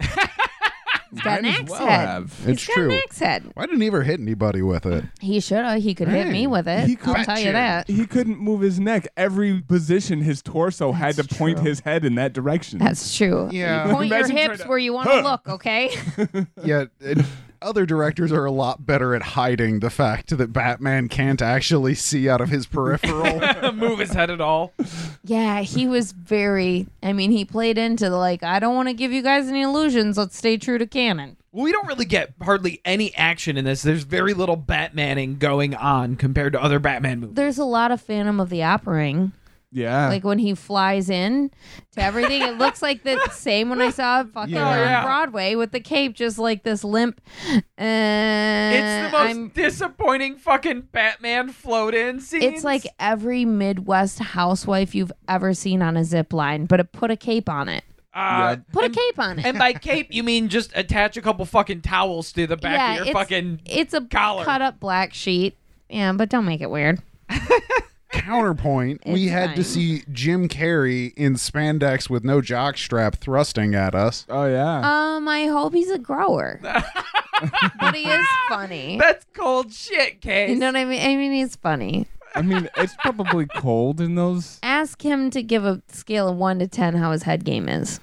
[SPEAKER 1] He's got an
[SPEAKER 2] Might as
[SPEAKER 1] axe
[SPEAKER 2] well
[SPEAKER 1] head.
[SPEAKER 2] have.
[SPEAKER 1] He's
[SPEAKER 5] It's
[SPEAKER 1] got
[SPEAKER 5] true.
[SPEAKER 1] an axe head.
[SPEAKER 5] Why didn't he ever hit anybody with it?
[SPEAKER 1] He should have. He could hit
[SPEAKER 5] Hey,
[SPEAKER 1] me with it.
[SPEAKER 2] he could-
[SPEAKER 1] I'll tell you
[SPEAKER 5] Gotcha.
[SPEAKER 1] that.
[SPEAKER 2] He couldn't move his neck. Every position, his torso had to point his head in that direction.
[SPEAKER 1] That's true.
[SPEAKER 5] Yeah.
[SPEAKER 1] You
[SPEAKER 4] [LAUGHS]
[SPEAKER 1] point your
[SPEAKER 2] Imagine trying
[SPEAKER 1] hips
[SPEAKER 2] to-
[SPEAKER 1] where you want to look, okay? [LAUGHS]
[SPEAKER 5] Yeah, it, other directors are a lot better at hiding the fact that Batman can't actually see out of his peripheral.
[SPEAKER 1] [LAUGHS]
[SPEAKER 4] move his head at all.
[SPEAKER 1] yeah, he was very. I mean, he played into the like, I don't want to give you guys any illusions. Let's stay true to canon.
[SPEAKER 4] Well, we don't really get hardly any action in this. There's very little Batmaning going on compared to other Batman movies.
[SPEAKER 1] There's a lot of Phantom of the Operaing.
[SPEAKER 2] Yeah.
[SPEAKER 1] Like when he flies in to everything, it looks like [LAUGHS] the same when I saw it fucking
[SPEAKER 2] Yeah.
[SPEAKER 1] on
[SPEAKER 2] Oh,
[SPEAKER 4] yeah.
[SPEAKER 1] Broadway with the cape, just like this limp. Uh,
[SPEAKER 4] It's the most
[SPEAKER 1] I'm-
[SPEAKER 4] disappointing fucking Batman float in scene.
[SPEAKER 1] it's like every Midwest housewife you've ever seen on a zip line, but it put a cape on it.
[SPEAKER 4] uh,
[SPEAKER 1] Put
[SPEAKER 4] and-
[SPEAKER 1] a cape on it.
[SPEAKER 4] And by cape, you mean just attach a couple fucking towels to the back of your fucking.
[SPEAKER 1] it's a
[SPEAKER 4] collar.
[SPEAKER 1] cut up black sheet. Yeah, but don't make it weird.
[SPEAKER 5] Counterpoint, we
[SPEAKER 1] It's
[SPEAKER 5] had
[SPEAKER 1] fine.
[SPEAKER 5] to see Jim Carrey in spandex with no jock strap thrusting at us.
[SPEAKER 2] oh yeah.
[SPEAKER 1] Um, I hope he's a
[SPEAKER 4] [LAUGHS]
[SPEAKER 1] grower, but he is funny.
[SPEAKER 4] That's cold shit, Case.
[SPEAKER 1] You know what I mean? I mean, he's funny.
[SPEAKER 2] I mean, it's probably cold
[SPEAKER 1] [LAUGHS]
[SPEAKER 2] in those.
[SPEAKER 1] Ask him to give a scale of one to ten how his head game
[SPEAKER 4] [LAUGHS]
[SPEAKER 1] is.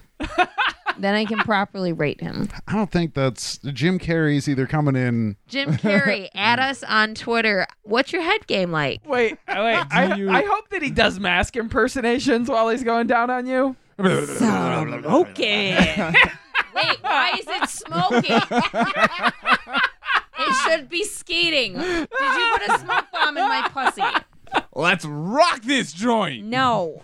[SPEAKER 1] then I can properly rate him.
[SPEAKER 5] I don't think that's Jim Carrey's either coming in.
[SPEAKER 1] Jim Carrey, add us on Twitter. What's your head game like? [LAUGHS]
[SPEAKER 4] Wait, wait. I,
[SPEAKER 2] you-
[SPEAKER 4] I hope that he does mask impersonations while he's going down on you.
[SPEAKER 1] smoking. Wait, why is it smoking?
[SPEAKER 4] [LAUGHS]
[SPEAKER 1] it should be skating. Did you put a smoke bomb in my pussy?
[SPEAKER 2] Let's rock this joint.
[SPEAKER 4] [LAUGHS]
[SPEAKER 1] No.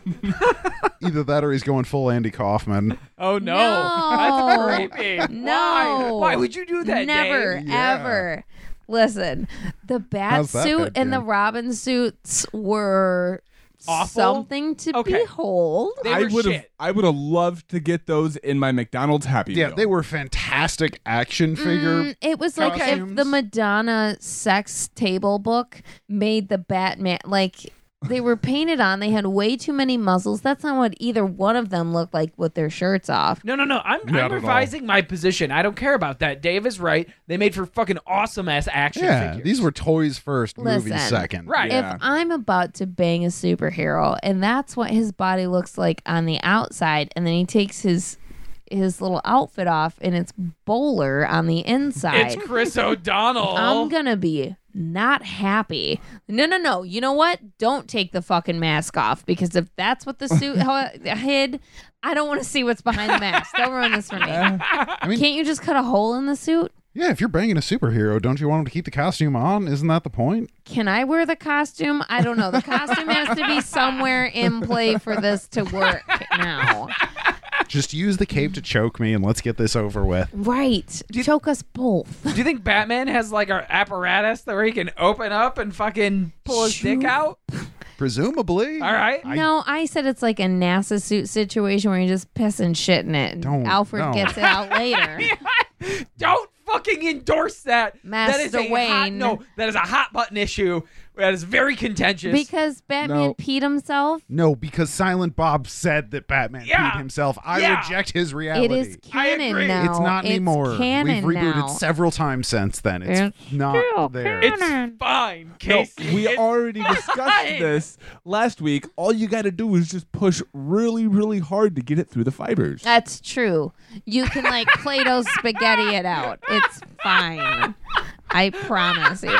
[SPEAKER 5] Either that or he's going full Andy Kaufman.
[SPEAKER 4] Oh no,
[SPEAKER 1] No.
[SPEAKER 4] that's creepy. Why?
[SPEAKER 1] No.
[SPEAKER 4] Why would you do that?
[SPEAKER 1] Never,
[SPEAKER 4] Dave?
[SPEAKER 1] ever. Listen, the bat
[SPEAKER 5] How's that
[SPEAKER 1] suit
[SPEAKER 5] head
[SPEAKER 1] and the
[SPEAKER 5] game?
[SPEAKER 1] robin suits were
[SPEAKER 4] Awful?
[SPEAKER 1] something to
[SPEAKER 4] Okay.
[SPEAKER 1] behold.
[SPEAKER 4] They
[SPEAKER 2] I
[SPEAKER 4] were
[SPEAKER 2] would have.
[SPEAKER 4] shit.
[SPEAKER 2] I would have loved to get those in my McDonald's Happy
[SPEAKER 5] Yeah,
[SPEAKER 2] Meal.
[SPEAKER 5] they were fantastic action figure.
[SPEAKER 1] Mm, it was like if
[SPEAKER 5] costumes.
[SPEAKER 1] the Madonna sex table book made the Batman like they
[SPEAKER 5] [LAUGHS]
[SPEAKER 1] were painted on. They had way too many muzzles. That's not what either one of them looked like with their shirts off.
[SPEAKER 4] No, no, no. I'm, I'm
[SPEAKER 2] at all.
[SPEAKER 4] revising my position. I don't care about that. Dave is right. They made for fucking awesome ass action
[SPEAKER 5] yeah,
[SPEAKER 4] figures.
[SPEAKER 5] these were toys first,
[SPEAKER 1] Listen.
[SPEAKER 5] movies second.
[SPEAKER 4] right.
[SPEAKER 2] Yeah.
[SPEAKER 1] If I'm about to bang a superhero and that's what his body looks like on the outside, and then he takes his his little outfit off and it's bowler on the inside.
[SPEAKER 4] It's
[SPEAKER 1] [LAUGHS]
[SPEAKER 4] Chris O'Donnell.
[SPEAKER 1] I'm gonna be not happy. No, no, no. You know what? Don't take the fucking mask off because if that's what the suit how it hid, I don't want to see what's behind the mask. Don't ruin this for me.
[SPEAKER 5] mean-
[SPEAKER 1] Can't you just cut a hole in the suit?
[SPEAKER 5] Yeah, if you're banging a superhero, don't you want him to keep the costume on? Isn't that the point?
[SPEAKER 1] Can I wear the costume? I don't [LAUGHS] know. The costume has to be somewhere in play for this to work now.
[SPEAKER 5] Just use the cape to choke me and let's get this over with.
[SPEAKER 1] Right. Choke us both.
[SPEAKER 4] Do you think Batman has like an apparatus that where he can open up and fucking pull his dick out?
[SPEAKER 5] Presumably.
[SPEAKER 4] All right.
[SPEAKER 1] no, I said it's like a NASA suit situation where you just piss and shit in it. and
[SPEAKER 5] Don't-
[SPEAKER 1] Alfred
[SPEAKER 5] no.
[SPEAKER 1] gets it
[SPEAKER 5] [LAUGHS]
[SPEAKER 1] out later.
[SPEAKER 4] Don't fucking endorse that. that is
[SPEAKER 1] Master
[SPEAKER 4] a hot,
[SPEAKER 1] Wayne.
[SPEAKER 4] no, that is a hot button issue. That is very contentious.
[SPEAKER 1] Because Batman
[SPEAKER 2] No.
[SPEAKER 1] peed himself.
[SPEAKER 5] No, because Silent Bob said that Batman
[SPEAKER 4] Yeah.
[SPEAKER 5] peed himself. I
[SPEAKER 4] Yeah.
[SPEAKER 5] reject his
[SPEAKER 1] It
[SPEAKER 5] reality.
[SPEAKER 1] is
[SPEAKER 4] I
[SPEAKER 1] canon
[SPEAKER 4] agree.
[SPEAKER 1] now.
[SPEAKER 5] It's not anymore.
[SPEAKER 1] Canon
[SPEAKER 5] We've rebooted
[SPEAKER 1] now.
[SPEAKER 5] several times since then. It's,
[SPEAKER 7] It's
[SPEAKER 5] not
[SPEAKER 7] still
[SPEAKER 5] there.
[SPEAKER 7] canon.
[SPEAKER 4] it's fine,
[SPEAKER 2] No,
[SPEAKER 4] Casey.
[SPEAKER 2] we
[SPEAKER 4] It's
[SPEAKER 2] already discussed
[SPEAKER 4] fine.
[SPEAKER 2] this last week. All you got to do is just push really, really hard to get it through the fibers.
[SPEAKER 1] That's true. You can like Play-Doh spaghetti it out. It's fine. I promise you.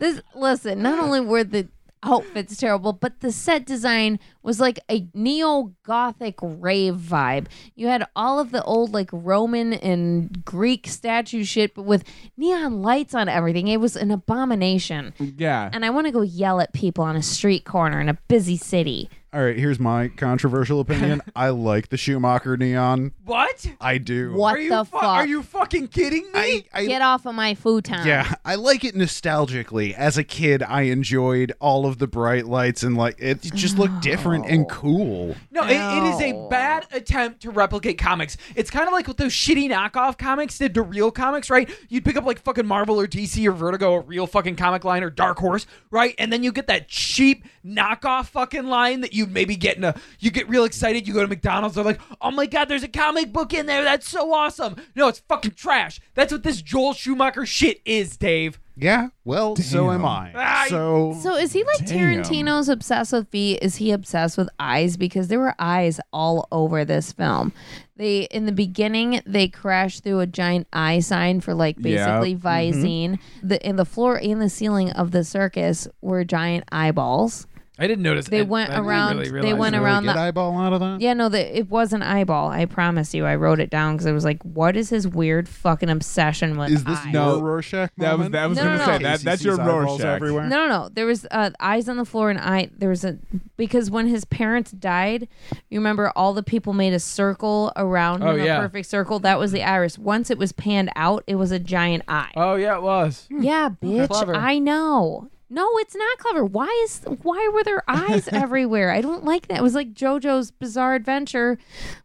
[SPEAKER 1] This listen, not only were the outfits terrible, but the set design was like a neo-gothic rave vibe. You had all of the old like Roman and Greek statue shit, but with neon lights on everything. It was an abomination.
[SPEAKER 2] yeah.
[SPEAKER 1] and I want to go yell at people on a street corner in a busy city.
[SPEAKER 5] All right, here's my controversial
[SPEAKER 1] [LAUGHS]
[SPEAKER 5] opinion. I like the Schumacher neon.
[SPEAKER 4] what?
[SPEAKER 5] I do.
[SPEAKER 1] What
[SPEAKER 4] Are you
[SPEAKER 1] the
[SPEAKER 4] fu-
[SPEAKER 1] fuck?
[SPEAKER 4] Are you fucking kidding me?
[SPEAKER 5] I, I
[SPEAKER 1] Get off of my futon.
[SPEAKER 5] Yeah, I like it nostalgically. As a kid, I enjoyed all of the bright lights and like it just looked different and cool.
[SPEAKER 4] No, it, it is a
[SPEAKER 1] No.
[SPEAKER 4] bad attempt to replicate comics. It's kind of like what those shitty knockoff comics did to real comics, right? You'd pick up like fucking Marvel or DC or Vertigo, a real fucking comic line or Dark Horse, right? And then you get that cheap knockoff fucking line that you maybe get in a. You get real excited. You go to McDonald's. They're like, "Oh my god, there's a comic book in there. That's so awesome!" No, it's fucking trash. That's what this Joel Schumacher shit is, Dave.
[SPEAKER 5] Yeah, well, so
[SPEAKER 2] Damn.
[SPEAKER 5] am I.
[SPEAKER 4] Ah,
[SPEAKER 5] so
[SPEAKER 1] So is he like
[SPEAKER 2] Damn.
[SPEAKER 1] Tarantino's obsessed with feet? Is he obsessed with eyes? Because there were eyes all over this film. They in the beginning they crash through a giant eye sign for like
[SPEAKER 2] Yeah.
[SPEAKER 1] basically Visine. The in the floor and the ceiling of the circus were giant eyeballs.
[SPEAKER 4] I didn't notice.
[SPEAKER 1] They
[SPEAKER 4] and
[SPEAKER 1] went
[SPEAKER 4] I didn't
[SPEAKER 1] around-
[SPEAKER 4] really
[SPEAKER 1] they
[SPEAKER 4] realize
[SPEAKER 1] went
[SPEAKER 4] that.
[SPEAKER 1] around-
[SPEAKER 3] Get
[SPEAKER 1] the-
[SPEAKER 3] eyeball out of that.
[SPEAKER 1] Yeah, no, the, it was an eyeball. I promise you. I wrote it down because I was like, what is his weird fucking obsession with
[SPEAKER 3] Is this
[SPEAKER 1] eyes?
[SPEAKER 2] No.
[SPEAKER 3] your Rorschach?
[SPEAKER 2] That was
[SPEAKER 3] moment?
[SPEAKER 2] that was
[SPEAKER 1] No,
[SPEAKER 2] gonna
[SPEAKER 1] no,
[SPEAKER 2] say
[SPEAKER 1] no.
[SPEAKER 2] that that's
[SPEAKER 5] KCC's
[SPEAKER 2] your
[SPEAKER 5] eyeballs
[SPEAKER 2] Rorschach.
[SPEAKER 5] everywhere.
[SPEAKER 1] No, no, no. There was uh, eyes on the floor and eye. There was a because when his parents died, you remember all the people made a circle around
[SPEAKER 4] Oh,
[SPEAKER 1] him,
[SPEAKER 4] yeah.
[SPEAKER 1] a perfect circle. That was the iris. Once it was panned out, it was a giant eye.
[SPEAKER 4] Oh yeah, it was.
[SPEAKER 1] yeah, bitch.
[SPEAKER 4] Clever.
[SPEAKER 1] I know. No, it's not clever. Why is why were
[SPEAKER 4] [LAUGHS]
[SPEAKER 1] there eyes everywhere? I don't like that. It was like JoJo's Bizarre Adventure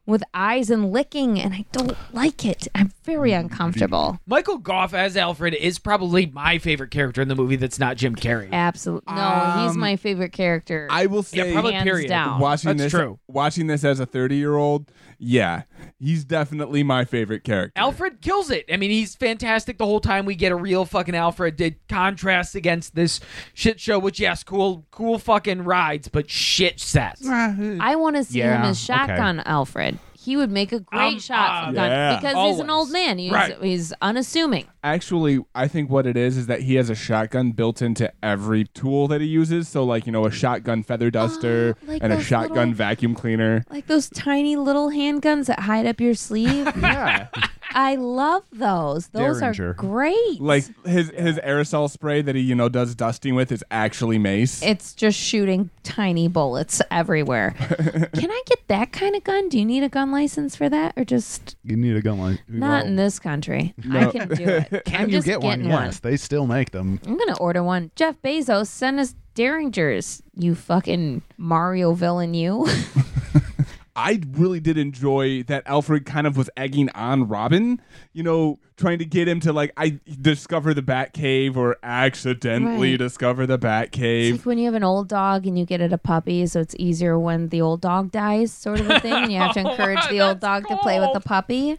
[SPEAKER 1] with eyes and licking, and I don't like it. I'm very uncomfortable.
[SPEAKER 4] Michael Goff as Alfred is probably my favorite character in the movie. That's not Jim Carrey.
[SPEAKER 1] Absolutely. No, he's
[SPEAKER 2] Um,
[SPEAKER 1] my favorite character.
[SPEAKER 2] I will
[SPEAKER 4] Yeah,
[SPEAKER 2] say
[SPEAKER 4] probably
[SPEAKER 1] hands
[SPEAKER 4] period.
[SPEAKER 1] down.
[SPEAKER 2] watching
[SPEAKER 4] That's
[SPEAKER 2] this
[SPEAKER 4] true.
[SPEAKER 2] watching this as a 30 year old yeah he's definitely my favorite character
[SPEAKER 4] Alfred kills it. I mean, he's fantastic the whole time. We get a real fucking Alfred. Did contrast against this shit show, which yes, cool, cool fucking rides, but shit sets.
[SPEAKER 1] I want to see him
[SPEAKER 3] Yeah,
[SPEAKER 1] as shotgun Alfred. He would make a great
[SPEAKER 4] Um,
[SPEAKER 1] shotgun
[SPEAKER 2] uh, yeah.
[SPEAKER 1] because he's an
[SPEAKER 4] Always.
[SPEAKER 1] old man. He's,
[SPEAKER 4] Right.
[SPEAKER 1] he's unassuming.
[SPEAKER 2] actually i think what it is is that he has a shotgun built into every tool that he uses so like you know a shotgun feather duster
[SPEAKER 1] like
[SPEAKER 2] and a
[SPEAKER 1] those
[SPEAKER 2] shotgun
[SPEAKER 1] little-
[SPEAKER 2] vacuum cleaner
[SPEAKER 1] Like those tiny little handguns that hide up your sleeve.
[SPEAKER 4] [LAUGHS]
[SPEAKER 2] yeah
[SPEAKER 1] I love those. Those
[SPEAKER 3] Derringer.
[SPEAKER 1] are great.
[SPEAKER 2] like his his aerosol spray that he you know does dusting with is actually mace
[SPEAKER 1] it's just shooting tiny bullets
[SPEAKER 3] [LAUGHS]
[SPEAKER 1] everywhere. Can I get that kind of gun? Do you need a gun license for that, or just
[SPEAKER 3] [LAUGHS] You need a gun like
[SPEAKER 1] not in this country? I can do it.
[SPEAKER 3] [LAUGHS] Can
[SPEAKER 1] I'm
[SPEAKER 3] you
[SPEAKER 1] just
[SPEAKER 3] get one?
[SPEAKER 1] getting one.
[SPEAKER 3] Yes, they still make them.
[SPEAKER 1] I'm gonna order one. Jeff Bezos, send us Derringers. You fucking Mario villain, you. [LAUGHS]
[SPEAKER 2] I really did enjoy that Alfred kind of was egging on Robin, you know, trying to get him to like I discover the Batcave or accidentally
[SPEAKER 1] Right.
[SPEAKER 2] discover the
[SPEAKER 1] It's
[SPEAKER 2] Batcave.
[SPEAKER 1] like when you have an old dog and you get it a puppy, so it's easier when the old dog dies, sort of a thing, and you
[SPEAKER 4] [LAUGHS]
[SPEAKER 1] have to encourage the old dog to play with the puppy.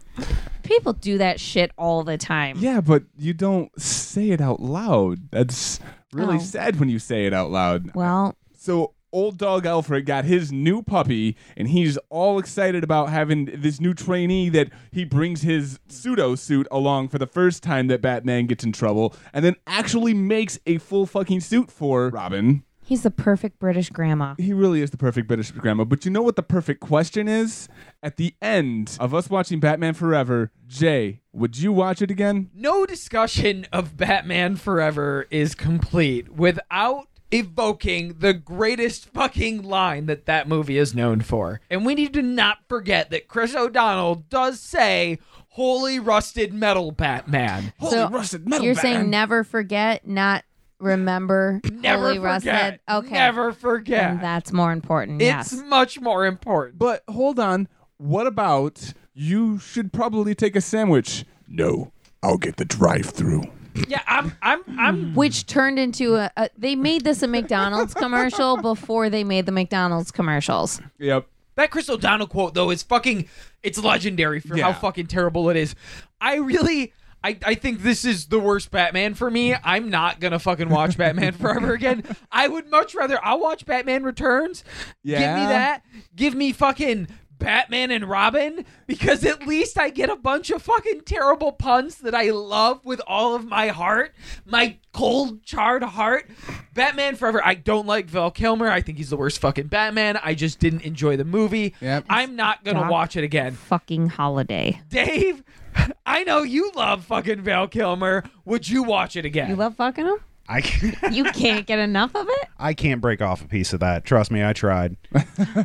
[SPEAKER 1] People do that shit all the time.
[SPEAKER 2] Yeah, but you don't say it out loud. That's really
[SPEAKER 1] Oh.
[SPEAKER 2] sad when you say it out loud.
[SPEAKER 1] Well,
[SPEAKER 2] So old dog Alfred got his new puppy, and he's all excited about having this new trainee that he brings his pseudo suit along for the first time that Batman gets in trouble, and then actually makes a full fucking suit for Robin.
[SPEAKER 1] he's the perfect British grandma.
[SPEAKER 2] He really is the perfect British grandma. But you know what the perfect question is? At the end of us watching Batman Forever, Jay, would you watch it again?
[SPEAKER 4] no discussion of Batman Forever is complete without evoking the greatest fucking line that that movie is known for. And we need to not forget that Chris O'Donnell does say, Holy rusted metal Batman.
[SPEAKER 2] Holy rusted metal
[SPEAKER 1] You're
[SPEAKER 2] Batman.
[SPEAKER 1] saying never forget, not remember.
[SPEAKER 4] Never
[SPEAKER 1] Holy
[SPEAKER 4] forget.
[SPEAKER 1] Rusted. Okay.
[SPEAKER 4] Never
[SPEAKER 1] And
[SPEAKER 4] forget.
[SPEAKER 1] that's more important.
[SPEAKER 4] It's
[SPEAKER 1] yes.
[SPEAKER 4] much more important.
[SPEAKER 2] But hold on. What about you should probably take a sandwich? No, I'll get the drive through.
[SPEAKER 4] yeah, I'm I'm
[SPEAKER 1] [LAUGHS]
[SPEAKER 4] I'm
[SPEAKER 1] which turned into a, a they made this a McDonald's commercial before they made the McDonald's commercials.
[SPEAKER 2] Yep.
[SPEAKER 4] That Chris O'Donnell quote though is fucking it's legendary for
[SPEAKER 2] Yeah.
[SPEAKER 4] how fucking terrible it is. I really I, I think this is the worst Batman for me. I'm not gonna fucking watch [LAUGHS] Batman forever again. I would much rather I'll watch Batman Returns. Give me
[SPEAKER 2] Yeah.
[SPEAKER 4] that. Give me fucking Batman and Robin because at least I get a bunch of fucking terrible puns that I love with all of my heart, my cold charred heart. Batman Forever. I don't like Val Kilmer. I think he's the worst fucking Batman. I just didn't enjoy the movie.
[SPEAKER 2] Yep.
[SPEAKER 4] I'm not gonna
[SPEAKER 1] Doc.
[SPEAKER 4] watch it again.
[SPEAKER 1] Fucking holiday.
[SPEAKER 4] Dave, [LAUGHS] I know you love fucking Val Kilmer. Would you watch it again?
[SPEAKER 1] You love fucking them?
[SPEAKER 3] I [LAUGHS] can't,
[SPEAKER 1] You can't get enough of it?
[SPEAKER 3] I can't break off a piece of that. Trust me, I
[SPEAKER 2] [LAUGHS]
[SPEAKER 3] tried.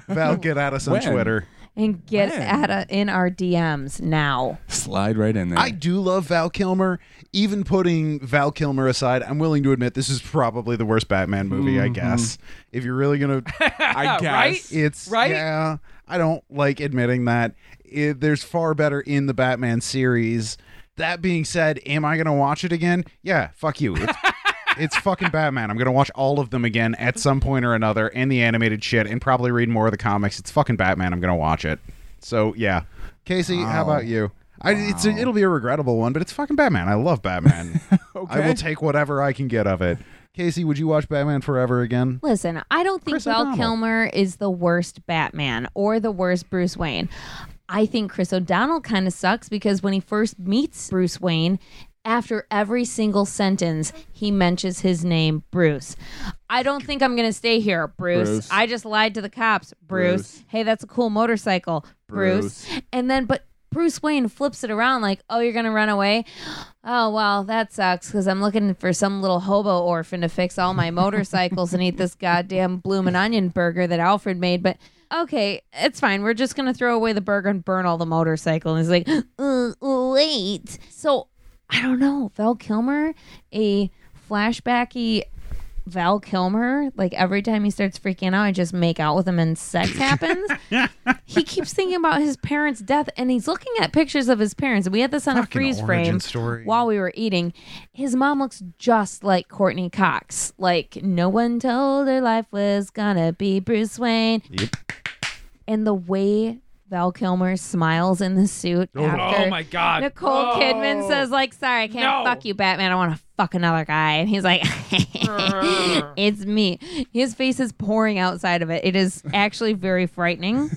[SPEAKER 3] Val, get at us on
[SPEAKER 2] When?
[SPEAKER 3] Twitter.
[SPEAKER 1] And get at
[SPEAKER 2] Man.
[SPEAKER 1] a, in our DMs now.
[SPEAKER 2] Slide right in there.
[SPEAKER 3] I do love Val Kilmer. Even putting Val Kilmer aside, I'm willing to admit this is probably the worst Batman movie.
[SPEAKER 2] Mm-hmm.
[SPEAKER 3] I guess if you're really gonna,
[SPEAKER 2] I
[SPEAKER 4] right?
[SPEAKER 3] it's
[SPEAKER 4] Right?
[SPEAKER 3] Yeah, I don't like admitting that. It, there's far better in the Batman series. That being said, am I gonna watch it again? Yeah, fuck you.
[SPEAKER 4] [LAUGHS]
[SPEAKER 3] It's, it's fucking Batman. I'm gonna watch all of them again at some point or another, and the animated shit, and probably read more of the comics. It's fucking Batman. I'm gonna watch it. So yeah, Casey, how about you? I, it's a, it'll be a regrettable one, but it's fucking Batman. I love Batman. I
[SPEAKER 2] [LAUGHS] Okay.
[SPEAKER 3] will take whatever I can get of it. Casey, would you watch Batman Forever again?
[SPEAKER 1] Listen, I don't think
[SPEAKER 3] Chris
[SPEAKER 1] Val
[SPEAKER 3] O'Donnell.
[SPEAKER 1] Kilmer is the worst Batman or the worst Bruce Wayne. I think Chris O'Donnell kind of sucks because when he first meets Bruce Wayne, after every single sentence, he mentions his name, Bruce. I don't think I'm going to stay here, Bruce.
[SPEAKER 2] Bruce.
[SPEAKER 1] I just lied to the cops, Bruce.
[SPEAKER 2] Bruce.
[SPEAKER 1] Hey, that's a cool motorcycle, Bruce. And then, but Bruce Wayne flips it around like, oh, you're going to run away? Oh, well, that sucks because I'm looking for some little hobo orphan to fix all my motorcycles and eat this goddamn bloomin' onion burger that Alfred made. But okay, it's fine. We're just going to throw away the burger and burn all the motorcycle. And he's like, uh, wait. So I don't know. Val Kilmer, a flashbacky Val Kilmer, like every time he starts freaking out, I just make out with him and
[SPEAKER 4] [LAUGHS]
[SPEAKER 1] sex happens. he keeps thinking about his parents' death and he's looking at pictures of his parents. And we had this on a freeze
[SPEAKER 3] origin
[SPEAKER 1] frame
[SPEAKER 3] story.
[SPEAKER 1] while we were eating. His mom looks just like Courtney Cox. Like no one told her life was gonna be Bruce Wayne. And the way Val Kilmer smiles in the suit after
[SPEAKER 4] Oh my god.
[SPEAKER 1] Nicole
[SPEAKER 4] Oh.
[SPEAKER 1] Kidman
[SPEAKER 4] [LAUGHS]
[SPEAKER 1] says, like, sorry, I can't
[SPEAKER 4] No.
[SPEAKER 1] fuck you, Batman. I want to fuck another guy. And he's like, [LAUGHS] it's me. His face is pouring outside of it. It is actually very frightening.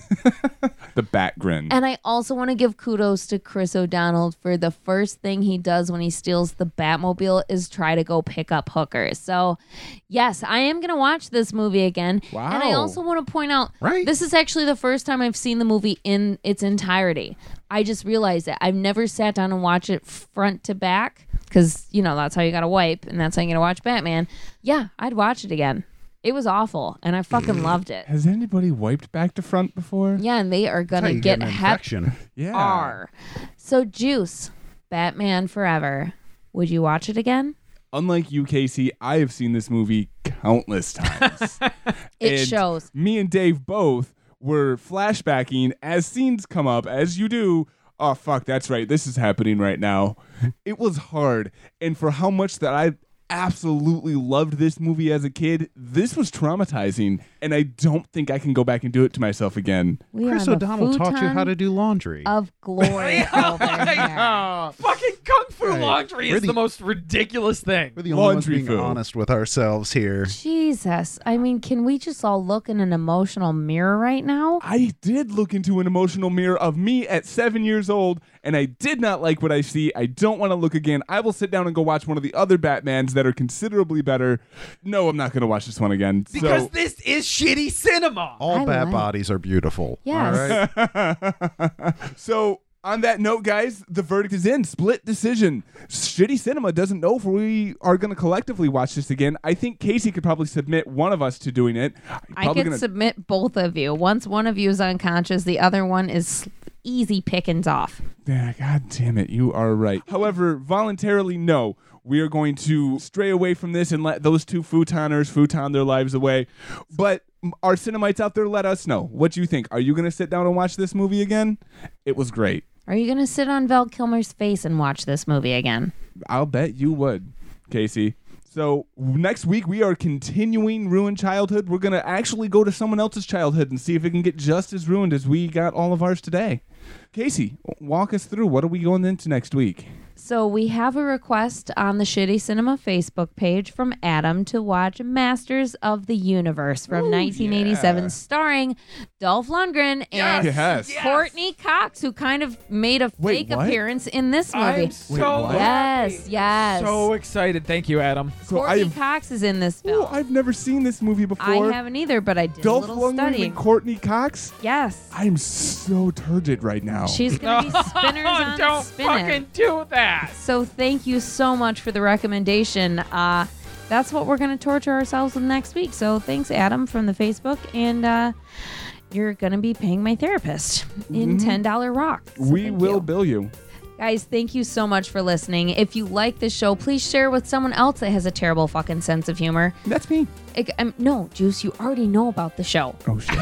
[SPEAKER 2] The bat grin.
[SPEAKER 1] And I also want to give kudos to Chris O'Donnell for the first thing he does when he steals the Batmobile is try to go pick up hookers. So, yes, I am going to watch this movie again. And I
[SPEAKER 2] Wow.
[SPEAKER 1] also want to point out
[SPEAKER 3] Right.
[SPEAKER 1] this is actually the first time I've seen the movie in its entirety. I just realized that I've never sat down and watched it front to back because, you know, that's how you got to wipe and that's how you got to watch Batman. Yeah, I'd watch it again. It was awful and I
[SPEAKER 3] Mm.
[SPEAKER 1] fucking loved it.
[SPEAKER 2] Has anybody wiped back to front before?
[SPEAKER 1] Yeah, and they are going to
[SPEAKER 3] You
[SPEAKER 1] get
[SPEAKER 3] an
[SPEAKER 1] hep
[SPEAKER 3] infection.
[SPEAKER 2] Yeah.
[SPEAKER 1] are. So Juice, Batman Forever. Would you watch it again?
[SPEAKER 2] Unlike you, Casey, I have seen this movie countless times.
[SPEAKER 1] It
[SPEAKER 2] And
[SPEAKER 1] shows.
[SPEAKER 2] Me and Dave both were flashbacking as scenes come up, as you do. Oh fuck, that's right. This is happening right now. It was hard, and for how much that I absolutely loved this movie as a kid, this was traumatizing, and I don't think I can go back and do it to myself again.
[SPEAKER 1] We
[SPEAKER 3] Chris
[SPEAKER 1] are on the
[SPEAKER 3] O'Donnell taught you how
[SPEAKER 1] futon
[SPEAKER 3] to do laundry. [LAUGHS]
[SPEAKER 1] of glory. over here.
[SPEAKER 4] Fucking kung fu
[SPEAKER 3] Right.
[SPEAKER 4] laundry
[SPEAKER 3] We're
[SPEAKER 4] is
[SPEAKER 3] the-
[SPEAKER 4] the most ridiculous thing.
[SPEAKER 3] We're the only ones
[SPEAKER 2] Laundry
[SPEAKER 3] being
[SPEAKER 2] food.
[SPEAKER 3] honest with ourselves here.
[SPEAKER 1] Jesus, I mean, can we just all look in an emotional mirror right now?
[SPEAKER 2] I did look into an emotional mirror of me at seven years old, and I did not like what I see. I don't want to look again. I will sit down and go watch one of the other Batmans that are considerably better. No, I'm not going to watch this one again.
[SPEAKER 4] Because
[SPEAKER 2] so,
[SPEAKER 4] this is shitty cinema.
[SPEAKER 5] Oh,
[SPEAKER 3] All
[SPEAKER 1] I
[SPEAKER 3] bad
[SPEAKER 1] like-
[SPEAKER 3] bodies are beautiful.
[SPEAKER 1] Yes.
[SPEAKER 2] so on that note, guys, the verdict is in. Split decision. Shitty Cinema doesn't know if we are going to collectively watch this again. I think Casey could probably submit one of us to doing it. I'm
[SPEAKER 1] [LAUGHS] I
[SPEAKER 2] probably
[SPEAKER 1] could
[SPEAKER 2] gonna-
[SPEAKER 1] submit both of you. Once one of you is unconscious, the other one is sl- easy pickings off.
[SPEAKER 2] Yeah, God damn it, you are right. However, voluntarily, no. We are going to stray away from this and let those two futoners futon their lives away. But m- our cinemites out there, let us know what you think. Are you going to sit down and watch this movie again? It was great.
[SPEAKER 1] Are you going to sit on Val Kilmer's face and watch this movie again?
[SPEAKER 2] I'll bet you would, Casey. So next week we are continuing ruined childhood. We're going to actually go to someone else's childhood and see if it can get just as ruined as we got all of ours today. Casey, w- walk us through what are we going into next week?
[SPEAKER 1] So we have a request on the Shitty Cinema Facebook page from Adam to watch Masters of the Universe from 1987, starring Dolph Lundgren and
[SPEAKER 2] Yes. Yes.
[SPEAKER 1] Courtney Cox, who kind of made a
[SPEAKER 2] Wait,
[SPEAKER 1] fake
[SPEAKER 2] what?
[SPEAKER 1] appearance in this movie.
[SPEAKER 4] I'm so
[SPEAKER 2] what?
[SPEAKER 4] happy.
[SPEAKER 1] yes, yes.
[SPEAKER 4] So excited. Thank you, Adam.
[SPEAKER 2] So
[SPEAKER 1] Courtney
[SPEAKER 2] I've-
[SPEAKER 1] Cox is in this
[SPEAKER 2] Ooh,
[SPEAKER 1] film.
[SPEAKER 2] I've never seen this movie
[SPEAKER 1] I
[SPEAKER 2] before.
[SPEAKER 1] haven't either, but I did
[SPEAKER 2] Dolph
[SPEAKER 1] a little
[SPEAKER 2] Lundgren
[SPEAKER 1] studying.
[SPEAKER 2] and Courtney Cox.
[SPEAKER 1] yes.
[SPEAKER 2] I'm so turgid right now.
[SPEAKER 1] She's going to
[SPEAKER 4] [LAUGHS]
[SPEAKER 1] be
[SPEAKER 2] [LAUGHS] Oh,
[SPEAKER 1] spinners on
[SPEAKER 4] Don't
[SPEAKER 1] spinning.
[SPEAKER 4] fucking do that.
[SPEAKER 1] So thank you so much for the recommendation. Uh, that's what we're going to torture ourselves with next week. So thanks, Adam, from the Facebook. And uh, you're going to be paying my therapist in $10 rocks. So
[SPEAKER 2] Mm-hmm. we
[SPEAKER 1] thank
[SPEAKER 2] will
[SPEAKER 1] you.
[SPEAKER 2] bill you.
[SPEAKER 1] Guys, thank you so much for listening. If you like this show, please share with someone else that has a terrible fucking sense of humor.
[SPEAKER 2] That's me.
[SPEAKER 1] I, I'm, no, Juice, you already know about the show
[SPEAKER 2] Oh shit.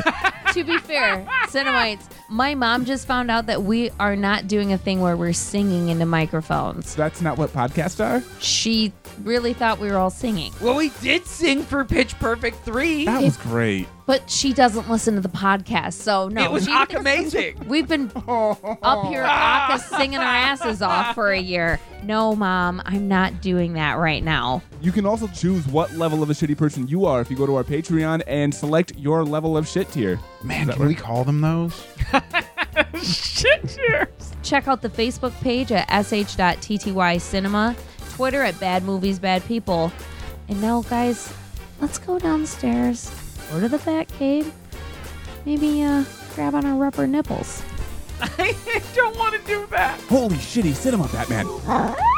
[SPEAKER 1] to be fair, Cinemites, my mom just found out that we are not doing a thing where we're singing into microphones.
[SPEAKER 2] [LAUGHS] That's not what podcasts are.
[SPEAKER 1] She really thought we were all singing,
[SPEAKER 4] Well, we did sing for Pitch Perfect 3.
[SPEAKER 2] That was great. [LAUGHS]
[SPEAKER 1] but she doesn't listen to the podcast. So no,
[SPEAKER 4] it was
[SPEAKER 1] she thinks-
[SPEAKER 4] [LAUGHS] amazing. Oh.
[SPEAKER 1] We've been up here Akka singing our asses off for a year. No, mom, I'm not doing that right now.
[SPEAKER 2] You can also choose what level of a shitty person you are if you go to our Patreon and select your level of shit tier.
[SPEAKER 3] Man, can we call them those?
[SPEAKER 4] Shit, cheers.
[SPEAKER 1] Check out the Facebook page at sh.ttycinema, Twitter at Bad Movies Bad People. And now, guys, let's go downstairs, go to the Bat Cave, maybe uh, grab on our rubber nipples.
[SPEAKER 4] I [LAUGHS] don't want to do that.
[SPEAKER 2] Holy shitty cinema, Batman.
[SPEAKER 1] Ah!